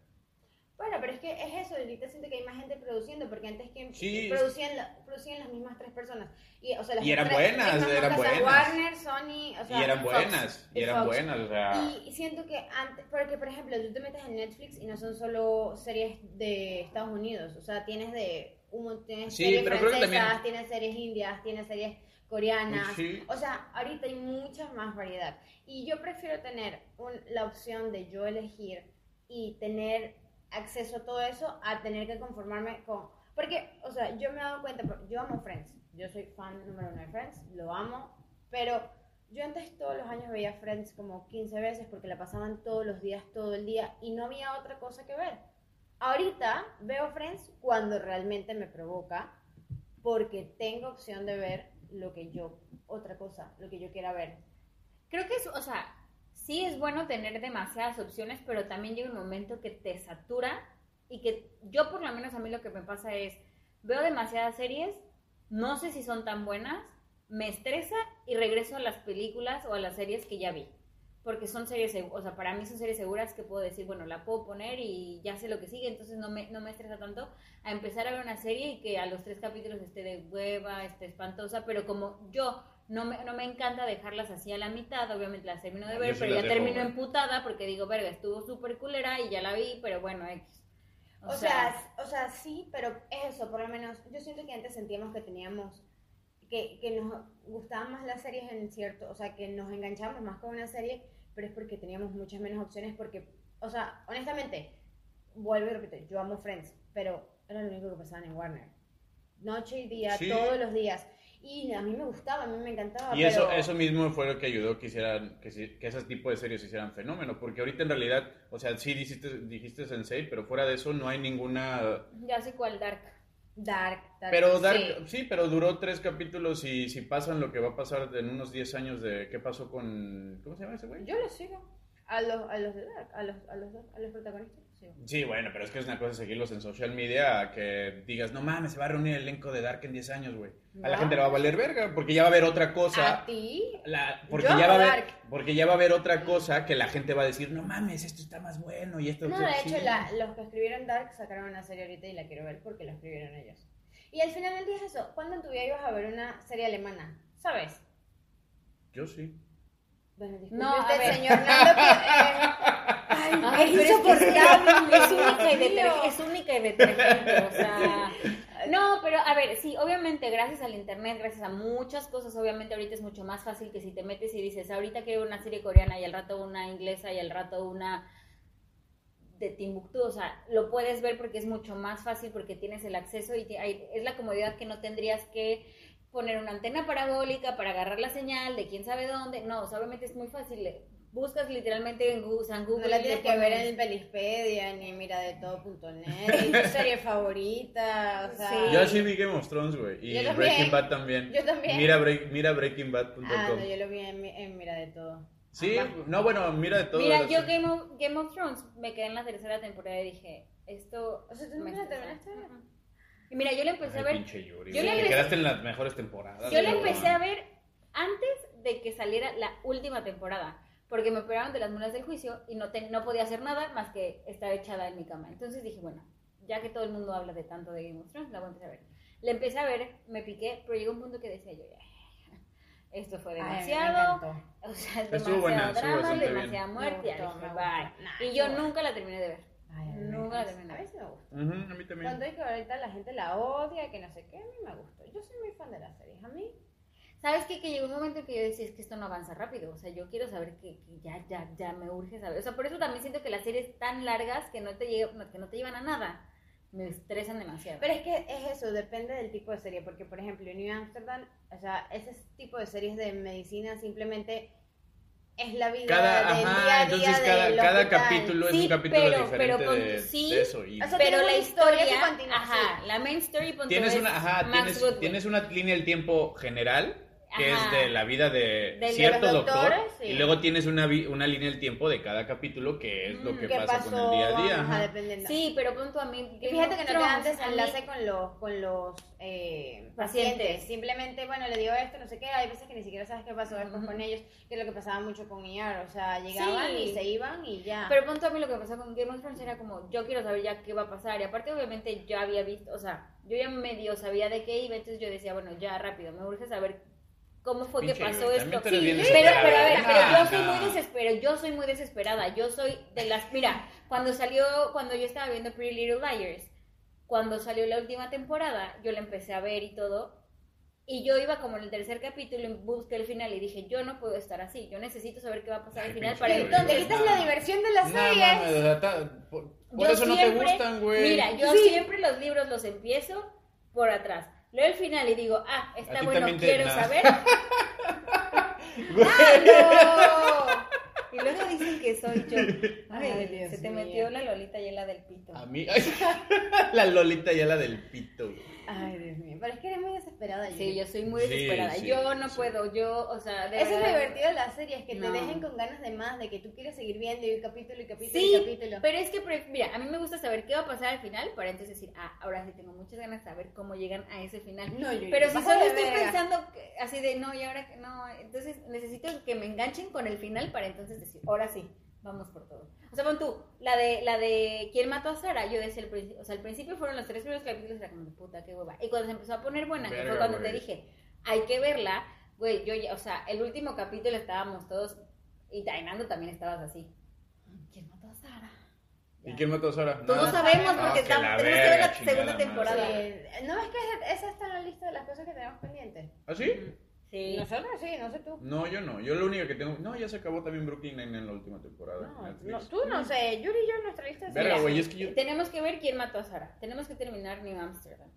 Bueno, pero es que es eso, ahorita siento que hay más gente produciendo, porque antes que
Sí.
producían, la- producían las mismas tres personas. Y, o sea, las
Y eran
tres-
buenas,
mismas
eran
marcas, o sea,
buenas.
Warner, Sony, o sea,
y eran
Fox, eh,
buenas, y eran
Fox.
buenas, o sea...
Y siento que antes, porque por ejemplo, tú te metes en Netflix y no son solo series de Estados Unidos, o sea, tienes de un montón- tienes
Sí,
series
pero creo que
francesas,
también-
tienes series indias, tienes series coreanas,
pues Sí.
o sea, ahorita hay mucha más variedad. Y yo prefiero tener un- la opción de yo elegir y tener acceso a todo eso a tener que conformarme con... Porque, o sea, yo me he dado cuenta, por- yo amo Friends, Yo soy fan número uno de Friends, lo amo, pero yo antes todos los años veía Friends como 15 veces porque la pasaban todos los días, todo el día y no había otra cosa que ver. Ahorita veo Friends cuando realmente me provoca porque tengo opción de ver lo que yo, otra cosa, lo que yo quiera ver.
Creo que es, o sea, sí es bueno tener demasiadas opciones, pero también llega un momento que te satura y que yo por lo menos a mí lo que me pasa es, veo demasiadas series, no sé si son tan buenas, me estresa y regreso a las películas o a las series que ya vi. Porque son series, segu- o sea, para mí son series seguras que puedo decir, bueno, la puedo poner y ya sé lo que sigue, entonces no me, no me estresa tanto a empezar a ver una serie y que a los tres capítulos esté de hueva, esté espantosa, pero como yo no me, no me encanta dejarlas así a la mitad, obviamente las termino de
Ah, Yo
ver,
sí
pero
las
ya
dejo,
termino
güey.
emputada porque digo, verga, estuvo súper culera y ya la vi, pero bueno, X.
O, sea, s- o sea, sí, pero es eso, por lo menos yo siento que antes sentíamos que teníamos, que, que nos gustaban más las series en cierto, o sea, que nos enganchábamos más con una serie, pero es porque teníamos muchas menos opciones, porque, o sea, honestamente, vuelvo y repito, yo amo Friends, pero era lo único que pasaban en Warner. Noche y día,
Sí.
todos los días. Y a mí me gustaba, a mí me encantaba.
Y eso,
pero-
eso mismo fue lo que ayudó que hicieran, que, si- que ese tipo de series hicieran fenómeno, porque ahorita en realidad, o sea, sí dijiste, dijiste Sensei, pero fuera de eso no hay ninguna...
ya sé cuál Dark.
Dark, Dark.
Pero Dark,
Sí.
sí. pero duró tres capítulos y si pasan lo que va a pasar en unos 10 años de qué pasó con... ¿Cómo se llama ese güey?
Yo lo sigo. A los, a los de Dark, a los, a los, dos- a los protagonistas los sigo.
Sí, bueno, pero es que es una cosa seguirlos en social media a que digas, no mames, se va a reunir el elenco de Dark en 10 años, güey. A la
No.
gente le va a valer verga, porque ya va a haber otra cosa.
a ti.
La- porque,
Yo
ya va a
amo
haber,
Dark.
porque ya va a haber otra cosa que la gente va a decir, no mames, esto está más bueno y esto...
No, de
sí".
hecho, la- los que escribieron Dark sacaron una serie ahorita y la quiero ver porque la escribieron ellos. Y al final del día es eso. ¿Cuándo en tu vida ibas a ver una serie alemana? ¿Sabes?
Yo sí.
Bueno, disculpe
No, a
usted,
ver.
este señor Nando, que, eh, ay,
Ay,
es
Ah, pero es insoportable, es única y
Dios mío.
detergente, es única y detergente, o sea, no, pero a ver, sí, obviamente gracias al internet, gracias a muchas cosas, obviamente ahorita es mucho más fácil que si te metes y dices, ahorita quiero una serie coreana y al rato una inglesa y al rato una de Timbuktu, o sea, lo puedes ver porque es mucho más fácil porque tienes el acceso y te- hay- es la comodidad que no tendrías que poner una antena parabólica para agarrar la señal de quién sabe dónde, no, o sea, obviamente es muy fácil, le- buscas literalmente en Google, San Google
No la
y le
tienes que ver
pones-
en Pelispedia, ni mira de todo.net, ni tu serie favorita, o sea...
Sí.
Yo sí vi Game of Thrones, güey. Y
Yo también.
Breaking Bad también.
Yo también.
Mira, break, mira breakingbad.com.
Ah, no, yo lo vi en, en Mira de Todo.
Sí,
Ambas.
no, bueno, mira de todo.
Mira,
las-
yo Game of, Game of Thrones me quedé en la tercera temporada y dije, esto...
O sea, ¿tú
me
nunca la
estresa.
terminaste?
Ujú. Y mira, yo la
pues,
empecé
Ay,
a ver...
pinche Yuri,
Yo le
güey, te
empecé-
quedaste en las mejores temporadas.
Yo la
güey.
empecé a ver antes de que saliera la última temporada, porque me operaron de las mulas del juicio y no, te- no podía hacer nada más que estar echada en mi cama. Entonces dije, bueno, ya que todo el mundo habla de tanto de Game of Thrones, la voy a empezar a ver. La empecé a ver, me piqué, pero llegó un punto que decía yo, "Ay, esto fue
Ay, me
demasiado,
encantó.
o sea, demasiado
Estuvo buena, estuvo
drama,
bastante bien.
demasiada muerte,
Me
ya
gustó,
dije,
me
"Bye".
gustó. Nah,
Y yo
estuvo
nunca la terminé de ver.
Ay, a mí me
Nunca la
encanta.
terminé.
A veces me gusta.
Ujú, a mí también.
Cuando hay que ahorita la gente la odia, que no sé qué, a mí me gusta. Yo soy muy fan de las series. A mí,
¿Sabes qué? Que llegó un momento en que yo decía, es que esto no avanza rápido. O sea, yo quiero saber que, que ya, ya, ya me urge saber. O sea, por eso también siento que las series tan largas que no te, lle- que no te llevan a nada me estresan demasiado.
pero es que es eso, depende del tipo de serie. Porque, por ejemplo, en New Amsterdam, o sea, ese tipo de series de medicina simplemente es la vida
Cada,
del
ajá,
día a día
entonces
del
cada, cada
hospital.
capítulo es
Sí,
un capítulo
pero-
diferente
pero con-
de,
sí,
de eso. Y
o
Pero
sea, tienes
la
una historia
historia,
que continúa,
ajá, la main story punto
tienes
es
una, ajá,
Max
tienes,
Goodwin.
tienes una línea del tiempo general que
Ajá.
es de la vida de,
De
cierto
los
doctor
doctores, sí.
y luego tienes una, vi- una línea del tiempo de cada capítulo que es lo
Mm,
que
¿Qué
pasa
pasó?
con el día a día.
Ajá,
ajá.
dependiendo.
Sí, pero punto a mí.
Y
Game
fíjate
of
que no te dan
Thrones, a mí-
desenlace con los, con los eh, pacientes.
Pacientes.
Simplemente, bueno, le dio esto, no sé qué. Hay veces que ni siquiera sabes qué pasó después con ellos, que es lo que pasaba mucho con IAR. O sea, llegaban
Sí.
y se iban y ya.
Pero punto a mí lo que pasó con Game of Thrones era como, yo quiero saber ya qué va a pasar. Y aparte, obviamente, yo había visto, o sea, yo ya medio sabía de qué iba, entonces yo decía, bueno, ya rápido, me urge saber cómo fue que
Pinche,
pasó
güey,
esto.
también tú eres bien
Sí, pero,
desesperada, ¿eh? Ah.
pero a ver,
¿no?
pero yo
No,
soy muy
no.
desesperada, yo soy muy desesperada, yo soy de las, mira, cuando salió, cuando yo estaba viendo Pretty Little Liars, cuando salió la última temporada, yo la empecé a ver y todo, y yo iba como en el tercer capítulo y busqué el final y dije, yo no puedo estar así, yo necesito saber qué va a pasar
Ay,
al final
pinche
para
Yuri.
entonces
Entonces, quitas la diversión de las
No,
series.
mames, o sea, ta- por por
Yo
eso no te
siempre-
Pues, gustan, güey.
Mira, yo
Sí.
siempre los libros los empiezo por atrás. Leo el final y digo, ah, está
A ti
bueno,
también te-
quiero
nada.
saber.
Güey.
¡Ah, no! Y luego dicen que soy yo. Ay,
Ay, Dios
se te
mío.
metió la lolita y la del pito.
A mí, ay, la Lolita ya la del pito, güey.
Ay, Dios mío. Pero es que eres muy desesperada.
Sí, yo soy muy
Sí,
desesperada.
sí,
yo no
sí.
puedo, yo, o sea, de
Eso es lo
verdad-
divertido de las series, que
No.
te dejen con ganas de más, de que tú quieres seguir viendo y capítulo y capítulo y
Sí,
capítulo.
pero es que, pre- mira, a mí me gusta saber qué va a pasar al final para entonces decir, ah, ahora sí tengo muchas ganas de saber cómo llegan a ese final.
No, yo-
Pero si
vas a
solo
la
estoy
verga.
pensando que- así de no, y ahora que no, entonces necesito que me enganchen con el final para entonces decir, ahora sí, vamos por todo. O sea, pon tú, la de, la de ¿Quién mató a Sara? Yo decía al principio, o sea, al principio fueron los tres primeros capítulos, era como, puta, qué hueva. Y cuando se empezó a poner buena, que fue
Verga,
cuando te
güey.
dije, hay que verla, güey, yo ya, o sea, el último capítulo estábamos todos, y Tainando también estabas así. ¿Quién mató a Sara?
¿Y
Ya.
quién mató a Sara?
Todos
Nada.
sabemos
No,
porque
que la
estamos- tenemos que ver
verga,
la
chingada
segunda
madre.
temporada.
Sí. No es que esa- esa está en la lista de las cosas que tenemos pendientes.
¿Ah, sí?
Sí.
Nosotros sí, no sé tú.
No, yo no. Yo lo único que tengo. No, ya se acabó también Brooklyn Nine en la última temporada.
No,
Netflix.
no, tú no sé. Yuri y yo en nuestra lista
Verga,
sí.
güey, es que yo.
Tenemos que ver quién mató a Sara. Tenemos que terminar New Amsterdam.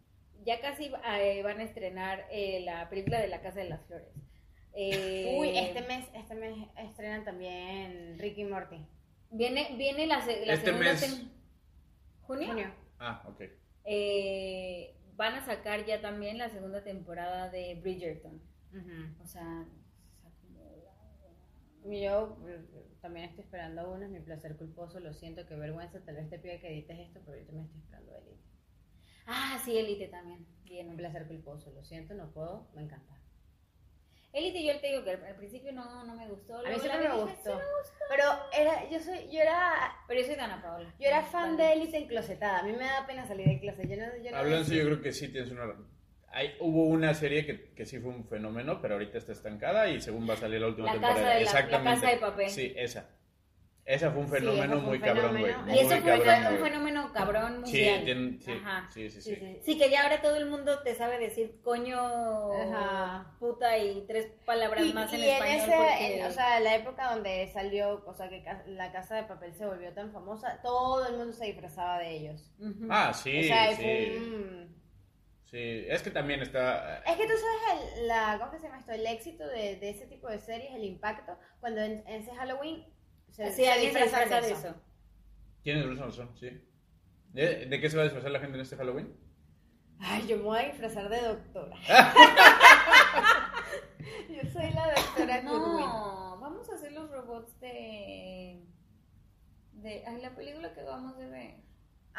Ya casi eh, van a estrenar eh, la película de La Casa de las Flores. Eh,
Uy, este mes, este mes estrenan también Ricky Morty.
Viene, viene la, se- la
Este
segunda
mes.
tem- ¿Junio?
Junio.
Ah, ok.
Eh, van a sacar ya también la segunda temporada de Bridgerton. O sea, o sea, como
Y Yo eh, también estoy esperando uno, es mi placer culposo, lo siento, qué vergüenza, tal vez te pida que edites esto, pero yo también estoy esperando Elite.
Ah, sí, Elite también.
Un
Bien.
placer culposo, lo siento, no puedo, me encanta.
Elite yo te digo que al, al principio no, no me gustó.
A mí
Luego la
siempre me
vi y dije,
gustó.
"Sí, no".
Pero era, yo soy, yo era,
Pero yo soy Dana Paola.
yo era fan
Vale.
de Elite enclosetada. A mí me da pena salir de clase. Yo no, yo no
Hablando, yo creo que sí tienes una. Hay, hubo una serie que, que sí fue un fenómeno, pero ahorita está estancada y según va a salir la
La
última
casa
temporada.
de la-
Exactamente.
la casa de papel.
Sí, esa. Esa fue un
Sí, esa
fenómeno
fue un
muy cabrón, güey.
fenómeno.
Y
Muy
eso fue un
cabrón, güey.
fenómeno cabrón
Sí,
mundial.
tienen- sí,
Ajá.
sí, sí,
Sí,
sí.
sí.
Sí, que ya ahora todo el mundo te sabe decir coño,
Ajá.
puta y tres palabras
Y,
más en
y en
español.
ese,
porque-
en- o sea, la época donde salió, o sea, que ca- la casa de papel se volvió tan famosa, todo el mundo se disfrazaba de ellos.
Ujú.
Ah, sí,
o sea, y
sí.
fue un-
Sí, es que también está.
Es que tú sabes el, la, ¿cómo que se llama esto? El éxito de, de ese tipo de series, el impacto, cuando en, en ese Halloween se,
sí,
se
alguien se
disfrazan
disfraza de eso.
Tienes razón, sí. ¿De, de qué se va a disfrazar la gente en este Halloween?
Ay, yo me voy a disfrazar de doctora. yo soy la doctora Goodwin.
No, vamos a hacer los robots de. de ay, la película que vamos a ver.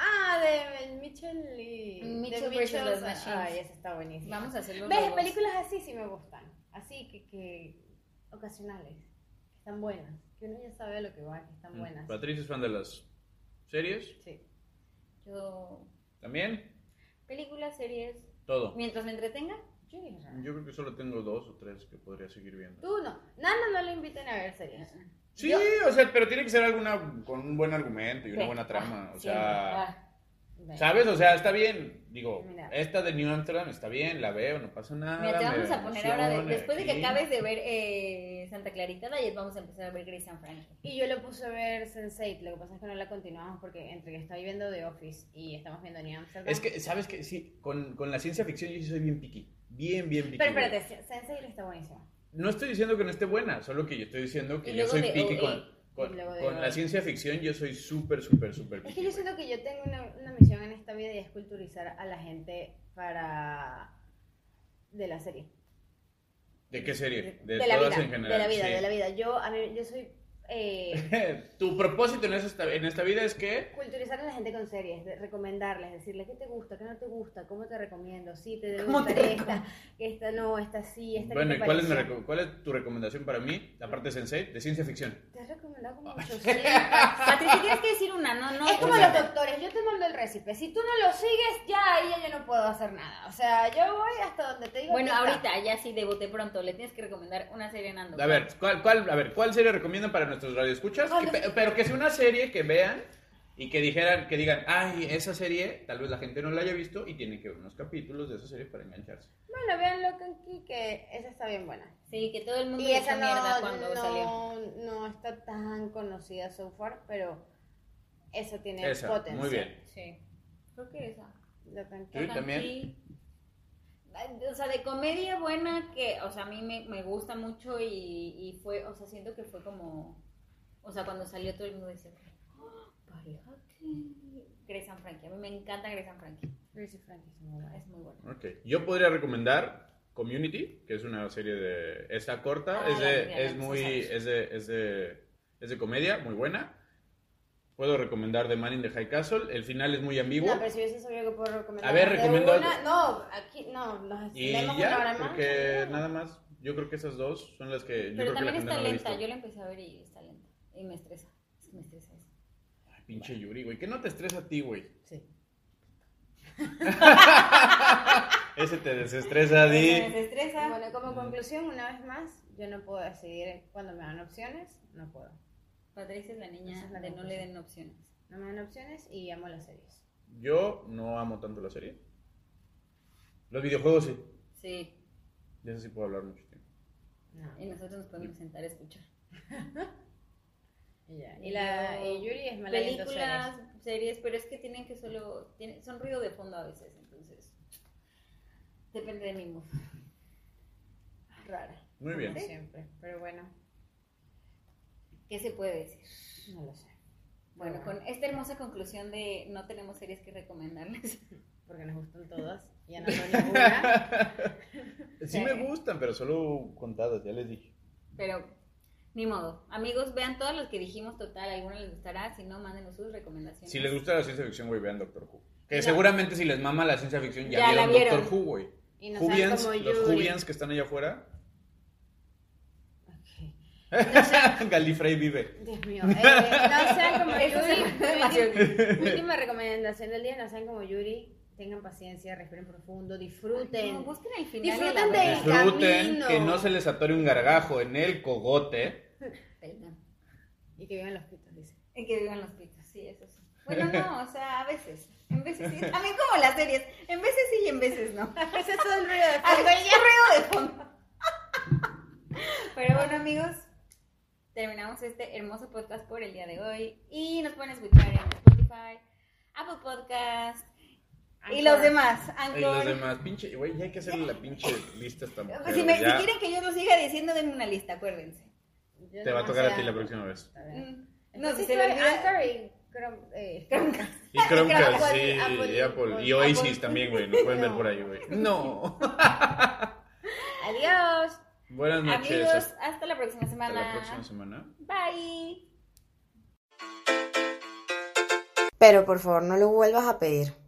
Ah, de Mitchell y...
Mitchell
de
versus
Mitchell-
los Machines.
Ay, esa está buenísima.
Vamos a hacer los
¿Ves?
robots.
Películas así sí me gustan. Así que, que ocasionales. que Están buenas. Que uno ya sabe a lo que va, que están buenas.
Mm, Patricia es fan de las series.
Sí.
Yo.
También.
Películas, series.
Todo.
Mientras me entretenga.
Yo dije, raro.
Yo creo que solo tengo dos o tres que podría seguir viendo.
Tú no. Nana no lo inviten a ver series.
Sí, o sea, pero tiene que ser alguna con un buen argumento y una
Sí.
buena trama.
Ah,
O
siempre.
sea,
Ah,
Bueno.
¿sabes? O sea, está bien. Digo,
Mira.
esta de New Amsterdam está bien, la veo, no pasa nada.
Mira, te
me
vamos a poner ahora, de-
emociona,
después de que
aquí.
acabes de ver eh, Santa Clarita Diet, vamos a empezar a ver Grey's and Frankie.
Y yo lo puse a ver Sense8, lo que pasa es que no la continuamos porque entre que estoy viendo The Office y estamos viendo New Amsterdam.
Es que, ¿sabes que Sí, con, con la ciencia ficción yo sí soy bien piqui. Bien, bien piqui.
Pero
güey.
espérate, Sense8 está buenísimo.
No estoy diciendo que no esté buena, solo que yo estoy diciendo
Y
que yo
luego
soy
de
piqui
OE.
con, con,
Y luego de
con
OE.
la ciencia ficción, yo soy súper, súper, súper
Es
piqui.
que yo
güey.
siento que yo tengo una, una misión en esta vida y es culturizar a la gente para... de la serie.
¿De qué serie? De,
la
todas
vida,
en general.
de la vida,
sí.
de la vida. Yo, a mí- yo soy... eh,
tu propósito en esta, en esta vida es que
Culturizar a la gente con series, de- recomendarles, decirles qué te gusta, qué no te gusta, cómo te recomiendo, sí, te debe
¿Cómo
gustar
te
esta, que esta no, esta sí, esta
bueno,
que
¿y
te
cuál es, mi
pareció.
reco- cuál es tu recomendación para mí? La parte sensei de ciencia ficción.
Te has recomendado como mucho
Patricia, tienes que decir una, no, no.
Es como
Hola.
los doctores, yo te mando el recipe, si tú no lo sigues, ya ahí yo no puedo hacer nada, o sea, yo voy hasta donde te digo.
Bueno,
que está.
ahorita, ya sí, de bote pronto, le tienes que recomendar una serie en Ando.
A ver, ¿cuál, cuál, a ver, ¿cuál serie recomiendan para nuestros radioescuchas? Que pe- pero que sea una serie que vean y que dijeran, que digan, ay, esa serie, tal vez la gente no la haya visto y tienen que ver unos capítulos de esa serie para engancharse.
Bueno, vean Locan Key, que esa está bien buena.
Sí, que todo el mundo
Y
le
esa
hizo mierda
no,
cuando salió.
no, no está tan conocida so far, pero esa tiene
esa,
potencia.
muy bien.
Sí, creo que esa.
Locan Key.
Yo también.
Sí. O sea, de comedia buena que, o sea, a mí me, me gusta mucho y, y fue, o sea, siento que fue como, o sea, cuando salió todo el mundo decía, "Ah, pareja que... Grace and Frankie, a mí me encanta Grace and Frankie,
Grace y Frankie son muy buenas.
es muy buena.
Ok. Yo podría recomendar Community, que es una serie de. Está corta,
Ah,
es,
la vi, la
de, es
vi,
muy.
sí, sabes.
Es de, es, de, es de comedia, muy buena. Puedo recomendar The Man in the High Castle. El final es muy ambiguo.
No, pero si yo sí sabía que puedo recomendar.
A ver,
De
recomiendo
una-
algo.
No, aquí, no, nos
y
extendemos una hora
ya,
más.
porque nada más. Yo creo que esas dos son las que.
Pero
Yo creo que la
también
gente
está
no la ha
lenta,
visto.
yo la empecé a ver y está lenta, y me estresa, es que me estresa eso.
Ay, pinche Yuri, güey. Que no te estresa a ti, güey.
Sí.
Ese te desestresa a ti.
Me estresa.
Bueno, como conclusión, una vez más, yo no puedo decidir cuando me dan opciones, no puedo.
Patricia es la niña
Esa es la
de no le
conclusión.
den opciones.
No me dan opciones y amo las series.
Yo no amo tanto la serie. Los videojuegos sí.
Sí,
De eso sí puedo hablar mucho tiempo.
No.
y nosotros nos podemos sentar a escuchar.
Y, ya.
Y
y
la-
la y Yuri es mala viendo
Películas,
series.
series. pero es que tienen que solo. tienen- son ruido de fondo a veces, entonces. Depende de mi mood.
Rara.
Muy bien.
Como siempre. Pero bueno,
¿Qué se puede decir?
no lo sé.
Bueno, con esta hermosa conclusión de no tenemos series que recomendarles.
Porque nos gustan todas. Ya no veo ninguna.
Sí me gustan, pero solo contadas, ya les dije.
Pero, ni modo. Amigos, vean todas las que dijimos, total, alguna les gustará. Si no, mándenos sus recomendaciones.
Si les gusta la ciencia ficción, güey, vean Doctor Who. Que
No.
seguramente si les mama la ciencia ficción ya,
Ya la
vieron,
vieron.
Doctor Who, güey.
Y no saben
Jubians,
como
los
Yuri.
Jubians que están allá afuera.
Ok.
Galifrey vive.
Dios mío. Eh, no sean como
Eso se
Yuri.
fue demasiado.
Mi Última recomendación del día, no sean como Yuri. Tengan paciencia, respiren profundo, disfruten.
No, busquen el final. y a la
Disfruten de-
vez.
El
Disfruten
camino.
que no se les atore un gargajo en el cogote.
Perdón.
y que vivan los pitos, dice.
En que vivan los pitos, sí, eso sí. Bueno, no, o sea, a veces. En veces sí. También como las series. En veces sí y en veces no.
Ese es todo el ruido de
Hasta
fondo.
el ruido de fondo. Pero bueno, amigos, terminamos este hermoso podcast por el día de hoy. Y nos pueden escuchar en Spotify, Apple Podcast y los demás.
Y los
Anchor. Pues,
demás, pinche, güey, ya hay que hacerle la pinche lista a esta mujer.
si, me-
güey, ya
si quieren que yo lo siga diciendo, denme una lista, acuérdense.
Yo
Te va a
nomás
tocar a
sé
ti la
Anchor.
próxima vez.
Está bien.
Mm, No, si
Entonces,
se me
estoy
olvida.
Anchor y Chrome- eh,
Y Chromecast,
Apple,
sí,
Apple,
y Apple. Y
Apple.
Oasis también, güey. Lo pueden ver por ahí, güey. No.
Adiós.
Buenas noches.
Amigos, hasta la próxima
Hasta
semana.
la próxima semana.
Bye.
Pero por favor, no lo vuelvas a pedir.